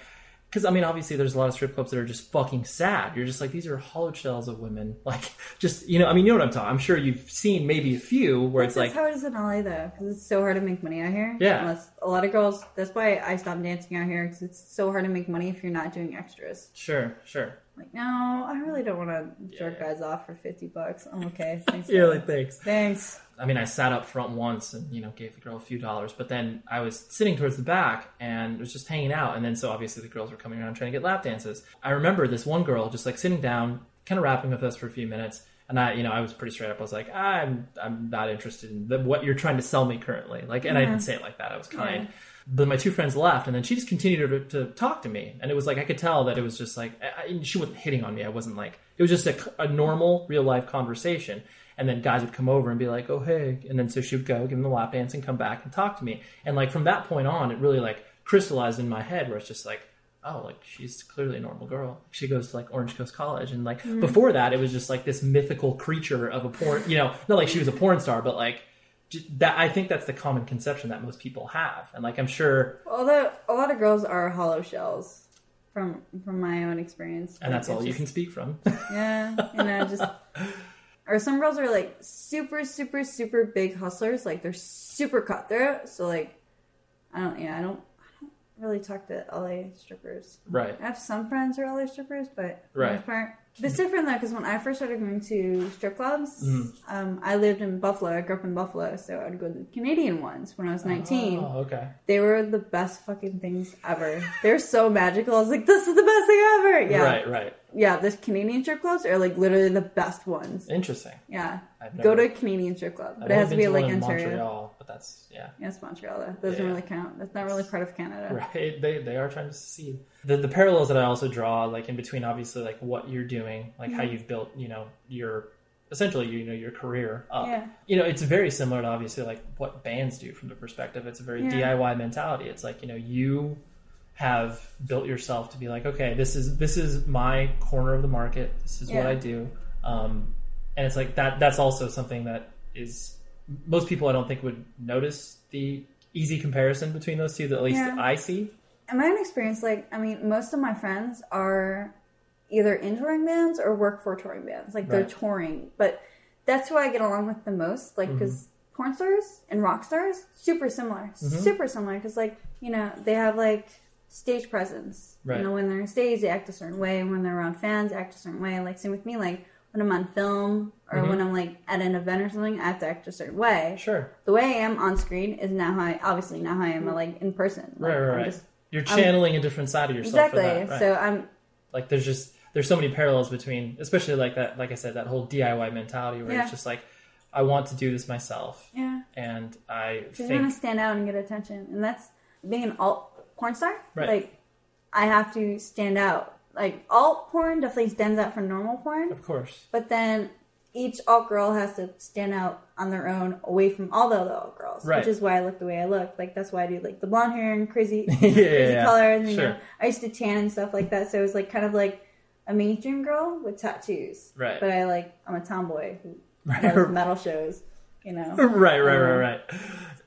Speaker 1: Because I mean, obviously, there's a lot of strip clubs that are just fucking sad. You're just like these are hollow shells of women, like just you know. I mean, you know what I'm talking. I'm sure you've seen maybe a few where it's like,
Speaker 2: That's how it is in LA though, because it's so hard to make money out here.
Speaker 1: Yeah.
Speaker 2: unless a lot of girls. That's why I stopped dancing out here because it's so hard to make money if you're not doing extras.
Speaker 1: sure, sure.
Speaker 2: Like, no, I really don't want to jerk guys off for fifty bucks. I'm okay. Thanks.
Speaker 1: Yeah,
Speaker 2: though.
Speaker 1: like thanks.
Speaker 2: Thanks.
Speaker 1: I mean, I sat up front once and you know gave the girl a few dollars, but then I was sitting towards the back and was just hanging out. And then so obviously the girls were coming around trying to get lap dances. I remember this one girl just like sitting down, kind of rapping with us for a few minutes. And I, you know, I was pretty straight up. I was like, I'm, I'm not interested in the, what you're trying to sell me currently. Like, and I didn't say it like that. I was kind. But my two friends left, and then she just continued to, to talk to me, and it was like I could tell that it was just like I, I- she wasn't hitting on me. I wasn't like it was just a, a normal real life conversation. And then guys would come over and be like, "Oh hey," and then so she would go give them the lap dance and come back and talk to me. And like from that point on, it really like crystallized in my head where it's just like, "Oh, like she's clearly a normal girl." She goes to like Orange Coast College, and like
Speaker 2: Mm-hmm.
Speaker 1: before that, it was just like this mythical creature of a porn. You know, not like she was a porn star, but like j- that. I think that's the common conception that most people have, and like I'm sure,
Speaker 2: Although a lot of girls are hollow shells, from from my own experience,
Speaker 1: and that's
Speaker 2: Like,
Speaker 1: all you
Speaker 2: it's
Speaker 1: can speak from.
Speaker 2: just- Yeah, you know, just or some girls are like super, super, super big hustlers. Like they're super cutthroat. So like, I don't. Yeah, I don't. I don't really talk to LA strippers.
Speaker 1: right.
Speaker 2: I have some friends who are LA strippers, but for the
Speaker 1: Right.
Speaker 2: most part, It's different though, because when I first started going to strip clubs,
Speaker 1: Mm-hmm.
Speaker 2: um, I lived in Buffalo. I grew up in Buffalo, so I'd go to the Canadian ones when I was 19.
Speaker 1: Oh, okay.
Speaker 2: They were the best fucking things ever. They're so magical. I was like, this is the best thing ever. Yeah.
Speaker 1: Right, right.
Speaker 2: Yeah, the Canadian strip clubs are like literally the best ones.
Speaker 1: Interesting.
Speaker 2: Yeah.
Speaker 1: I've
Speaker 2: Go
Speaker 1: never-
Speaker 2: to a Canadian strip club.
Speaker 1: I've
Speaker 2: But it has
Speaker 1: only
Speaker 2: to be
Speaker 1: been
Speaker 2: like
Speaker 1: one in
Speaker 2: Ontario.
Speaker 1: Montreal, but that's yeah.
Speaker 2: Yes, Montreal though. Doesn't
Speaker 1: Yeah.
Speaker 2: really count. That's not really part of Canada.
Speaker 1: Right. They they are trying to succeed. The the parallels that I also draw, like in between obviously like what you're doing, like how
Speaker 2: Mm-hmm.
Speaker 1: you've built, you know, your essentially you know your career up.
Speaker 2: Yeah.
Speaker 1: You know, it's very similar to obviously like what bands do from the perspective. It's a very DIY mentality. It's like, you know, you have built yourself to be like, okay, this is this is my corner of the market. This is what
Speaker 2: Yeah.
Speaker 1: I do. Um and it's like that that's also something that is most people I don't think would notice the easy comparison between those two that at least
Speaker 2: Yeah.
Speaker 1: I see.
Speaker 2: In my own experience, like I mean, most of my friends are either in touring bands or work for touring bands. Like they're
Speaker 1: Right.
Speaker 2: touring, but that's who I get along with the most.
Speaker 1: Mm-hmm.
Speaker 2: Like because porn stars and rock stars super similar,
Speaker 1: Mm-hmm.
Speaker 2: super similar. Because like you know they have like stage presence.
Speaker 1: Right.
Speaker 2: You know when they're on stage they act a certain way, and when they're around fans they act a certain way. Like same with me, like. When I'm on film or when I'm like at an event or something, I have to act a certain way.
Speaker 1: Mm-hmm. Sure.
Speaker 2: The way I am on screen is now how I obviously now how I am like in person. Like,
Speaker 1: Mm-hmm. Right,
Speaker 2: I'm
Speaker 1: right, right.
Speaker 2: just
Speaker 1: You're channeling a different side of yourself
Speaker 2: exactly
Speaker 1: for that. Right.
Speaker 2: so i'm
Speaker 1: like there's just there's so many parallels between especially like that like I said, that whole DIY mentality where
Speaker 2: Yeah.
Speaker 1: it's just like I want to do this myself.
Speaker 2: yeah
Speaker 1: And I
Speaker 2: because you want
Speaker 1: think
Speaker 2: to stand out and get attention and that's being an alt porn star
Speaker 1: Right.
Speaker 2: like i have to stand out like alt porn definitely stands out from normal porn
Speaker 1: of course.
Speaker 2: but then each alt girl has to stand out on their own away from all the other alt girls
Speaker 1: Right.
Speaker 2: which is why i look the way i look like that's why i do like the blonde hair and crazy
Speaker 1: Yeah, yeah,
Speaker 2: crazy
Speaker 1: yeah.
Speaker 2: color and then, you
Speaker 1: Sure.
Speaker 2: know, i used to tan and stuff like that so it was like kind of like a mainstream girl with tattoos
Speaker 1: Right.
Speaker 2: but i like i'm a tomboy who
Speaker 1: Right.
Speaker 2: loves metal shows you know
Speaker 1: right, right, right, right.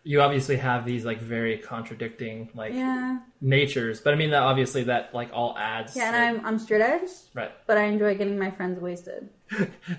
Speaker 1: You obviously have these like very contradicting like
Speaker 2: Yeah,
Speaker 1: natures, but I mean that obviously that like all adds
Speaker 2: yeah,
Speaker 1: like-
Speaker 2: and I'm I'm straight edge,
Speaker 1: right.
Speaker 2: but I enjoy getting my friends wasted.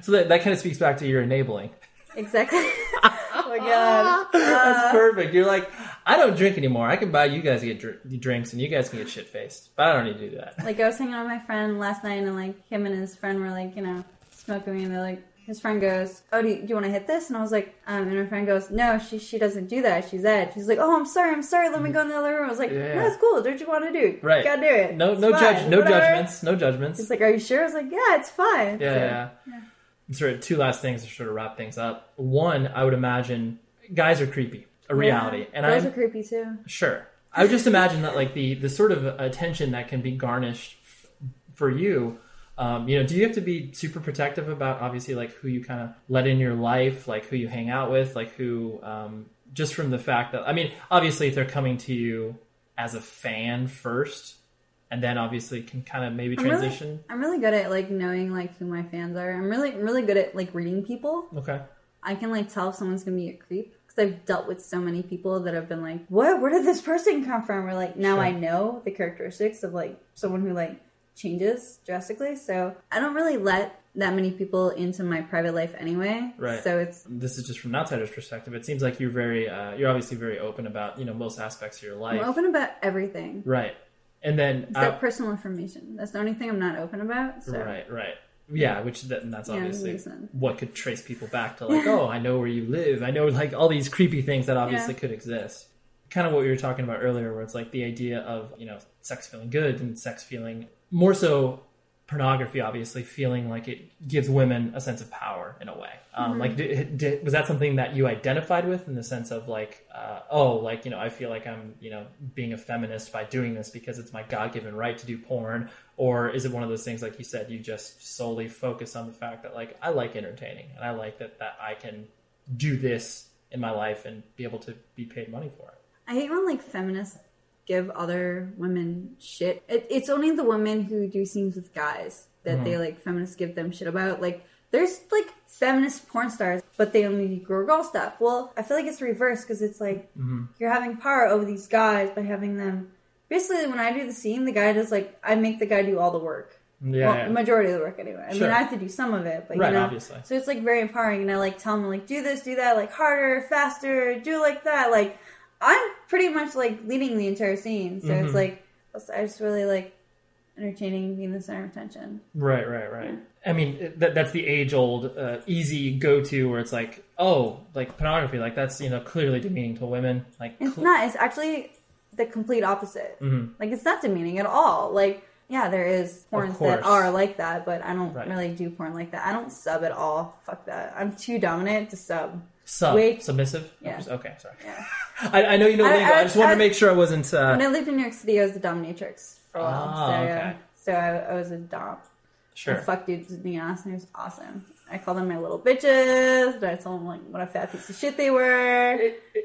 Speaker 1: So that, that kind of speaks back to your enabling.
Speaker 2: Uh-huh. Exactly. oh my god.
Speaker 1: That's perfect. You're like, I don't drink anymore. I can buy you guys get dr- drinks and you guys can get shit faced, but I don't need to do that.
Speaker 2: Like I was hanging out with my friend last night, and like him and his friend were like, you know, smoking weed, and they're like, his friend goes, "Oh, do you, do you want to hit this?" And I was like, um, and her friend goes, "No, she she doesn't do that. She's edge." She's like, "Oh, I'm sorry, I'm sorry. Let me go in the other room." I was like,
Speaker 1: Mm-hmm. Yeah.
Speaker 2: "No, it's cool. Do what you want to do.
Speaker 1: Right?
Speaker 2: gotta do it.
Speaker 1: No,
Speaker 2: It's
Speaker 1: no
Speaker 2: fine.
Speaker 1: judge, no
Speaker 2: Whatever."
Speaker 1: judgments, no judgments.
Speaker 2: He's like, "Are you sure?" I was like, "Yeah, it's fine."
Speaker 1: yeah,
Speaker 2: So-
Speaker 1: yeah. yeah. And sort of two last things to sort of wrap things up. One, I would imagine guys are creepy, a reality, and
Speaker 2: Girls
Speaker 1: I'm
Speaker 2: are creepy too.
Speaker 1: Sure. I would just imagine that like the the sort of attention that can be garnished f- for you. Um, you know, do you have to be super protective about obviously like who you kind of let in your life, like who you hang out with, like who um, just from the fact that I mean, obviously if they're coming to you as a fan first, and then obviously can kind of maybe
Speaker 2: I'm really-
Speaker 1: transition.
Speaker 2: I'm really good at like knowing like who my fans are. I'm really I'm really good at like reading people.
Speaker 1: Okay.
Speaker 2: I can like tell if someone's gonna be a creep because I've dealt with so many people that have been like, "What? Where did this person come from?" We're like, now I know the characteristics of like someone who like changes drastically. So I don't really let that many people into my private life anyway.
Speaker 1: Right.
Speaker 2: So it's
Speaker 1: This is just from an outsider's perspective. It seems like you're very, uh, you're obviously very open about you know most aspects of your life,
Speaker 2: I'm open about everything
Speaker 1: right? And then
Speaker 2: except
Speaker 1: uh,
Speaker 2: personal information. That's the only thing I'm not open about. So.
Speaker 1: Right, right. Yeah, which th- and that's
Speaker 2: it
Speaker 1: obviously
Speaker 2: makes sense.
Speaker 1: what could trace people back to, like, oh, I know where you live. I know, like, all these creepy things that obviously
Speaker 2: Yeah.
Speaker 1: could exist. Kind of what we were talking about earlier, where it's like the idea of, you know, sex feeling good and sex feeling more so pornography, obviously, feeling like it gives women a sense of power in a way. Um, Like, did, did, was that something that you identified with in the sense of, like, uh, oh, like, you know, I feel like I'm, you know, being a feminist by doing this because it's my God given right to do porn? Or is it one of those things, like you said, you just solely focus on the fact that, like, I like entertaining and I like that, that I can do this in my life and be able to be paid money for it?
Speaker 2: I hate when like feminists give other women shit. It, it's only the women who do scenes with guys that they like feminists give them shit about. Like there's like feminist porn stars, but they only do girl girl stuff. Well, I feel like it's reversed because it's like you're having power over these guys by having them. Basically, when I do the scene, the guy does like I make the guy do all the work.
Speaker 1: Yeah,
Speaker 2: well,
Speaker 1: yeah.
Speaker 2: majority of the work anyway. I
Speaker 1: Sure.
Speaker 2: mean, I have to do some of it, but
Speaker 1: Right,
Speaker 2: you know,
Speaker 1: obviously.
Speaker 2: so it's like very empowering, and I like tell them like do this, do that, like harder, faster, do like that. Like
Speaker 1: Mm-hmm.
Speaker 2: I'm pretty much like leading the entire scene, so it's like I just really like entertaining being the center of attention.
Speaker 1: Right, right, right. I mean, it- that, that's the age old, uh, easy go to where it's like, oh, like pornography, like that's, you know, clearly demeaning to women. Like,
Speaker 2: It's
Speaker 1: cl-
Speaker 2: not. It's actually the complete opposite.
Speaker 1: Mm-hmm.
Speaker 2: Like it's not demeaning at all. Like yeah, there is porns that
Speaker 1: course.
Speaker 2: are like that, but I don't
Speaker 1: Right.
Speaker 2: really do porn like that. I don't sub at all. Fuck that. I'm too dominant to sub.
Speaker 1: sub,
Speaker 2: wait.
Speaker 1: submissive?
Speaker 2: Yeah.
Speaker 1: Okay, sorry. I, I know you know
Speaker 2: I-
Speaker 1: lingo. I,
Speaker 2: I-
Speaker 1: just wanted
Speaker 2: I-
Speaker 1: to make sure I wasn't. Uh,
Speaker 2: When I lived in New York City, I was a dominatrix for a while.
Speaker 1: Ah,
Speaker 2: so
Speaker 1: okay.
Speaker 2: so I, I was a dom.
Speaker 1: sure.
Speaker 2: I fucked dudes in the ass, and it was awesome. I called them my little bitches. And I told them like what a fat piece of shit they were.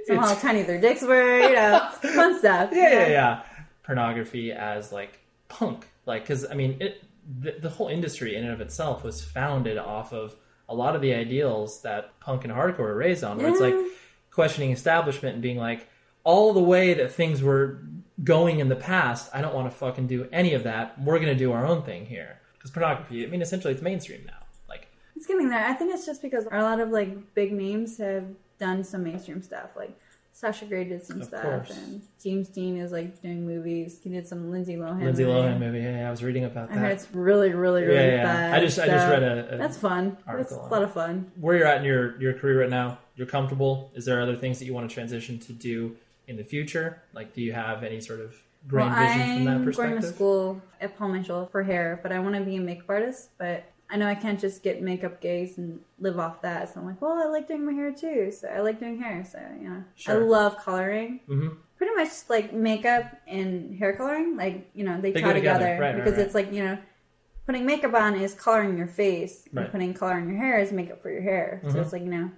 Speaker 2: somehow how tiny their dicks were. You know, fun stuff.
Speaker 1: yeah, yeah, yeah. Pornography as like punk, like because I mean, it the, the whole industry in and of itself was founded off of a lot of the ideals that punk and hardcore were raised on. Where it's like questioning establishment and being like, all the way that things were going in the past, I don't want to fucking do any of that. We're gonna do our own thing here because pornography. I mean, essentially, it's mainstream now. Like,
Speaker 2: It's getting there. I think it's just because a lot of like big names have done some mainstream stuff, like Sasha Grey did some
Speaker 1: Of
Speaker 2: stuff,
Speaker 1: course.
Speaker 2: and James Dean is like doing movies. He did some Lindsay Lohan.
Speaker 1: Lindsay
Speaker 2: movie.
Speaker 1: Lohan movie. Yeah, yeah, I was reading about
Speaker 2: I
Speaker 1: that.
Speaker 2: heard it's really, really, really
Speaker 1: yeah, yeah.
Speaker 2: bad.
Speaker 1: I just- I just read a- a
Speaker 2: that's fun. That's a
Speaker 1: article on
Speaker 2: lot
Speaker 1: it.
Speaker 2: of fun.
Speaker 1: where you're at in your your career right now you're comfortable is there other things that you want to transition to do in the future like do you have any sort of grand vision from that
Speaker 2: I'm
Speaker 1: perspective
Speaker 2: going to school at Paul Mitchell for hair, but I want to be a makeup artist. But I know I can't just get makeup gigs and live off that. So I'm like, well, I like doing my hair too. So I like doing hair. So you know, I
Speaker 1: Sure.
Speaker 2: love coloring.
Speaker 1: Mhm.
Speaker 2: Pretty much like makeup and hair coloring, like you know, they,
Speaker 1: They
Speaker 2: tie
Speaker 1: go
Speaker 2: together,
Speaker 1: together. Right, right,
Speaker 2: because
Speaker 1: right.
Speaker 2: it's like you know, putting makeup on is coloring your face,
Speaker 1: Right. Mm-hmm.
Speaker 2: and putting color on your hair is makeup for your hair. So it's like you know,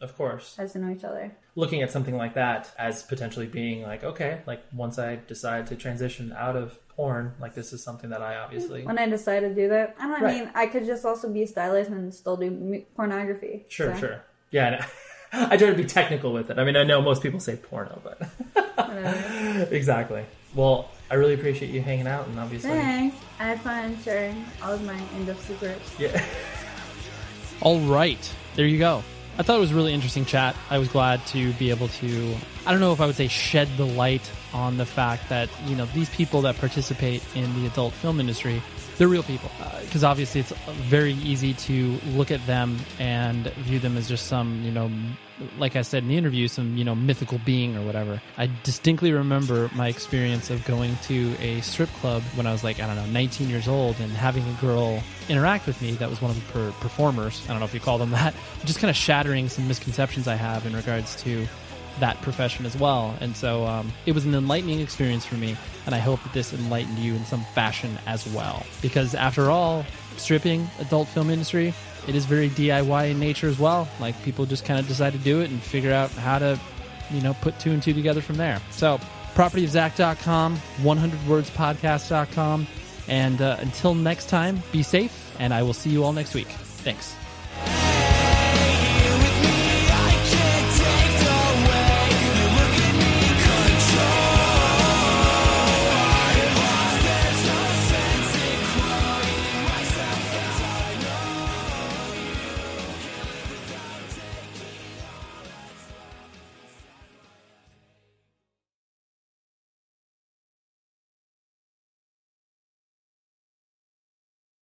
Speaker 1: of course
Speaker 2: as to know each other.
Speaker 1: looking at something like that as potentially being like okay like once i decide to transition out of porn like this is something that i obviously
Speaker 2: when I decided to do that. I don't I
Speaker 1: Right.
Speaker 2: mean, I could just also be a stylist and still do mu- pornography.
Speaker 1: sure
Speaker 2: so,
Speaker 1: sure yeah I know. I try to be technical with it. I mean, I know most people say porno, but
Speaker 2: whatever.
Speaker 1: exactly. Well, I really appreciate you hanging out and obviously,
Speaker 2: Thanks. I had fun sharing all of my end of secrets.
Speaker 1: yeah.
Speaker 4: All right. There you go. I thought it was really interesting chat. I was glad to be able to, I don't know if I would say shed the light on the fact that, you know, these people that participate in the adult film industry, they're real people. Because obviously it's very easy to look at them and view them as just some, you know, m- like I said in the interview, some, you know, mythical being or whatever. I distinctly remember my experience of going to a strip club when I was like, I don't know, 19 years old and having a girl interact with me that was one of the per- performers. I don't know if you call them that. Just kind of shattering some misconceptions I have in regards to that profession as well. And so um, it was an enlightening experience for me. And I hope that this enlightened you in some fashion as well. Because after all, stripping, adult film industry, it is very DIY in nature as well. Like people just kind of decide to do it and figure out how to you know, put two and two together from there. So, propertyofzach.com, 100wordspodcast.com. And uh, until next time, be safe, and I will see you all next week. Thanks.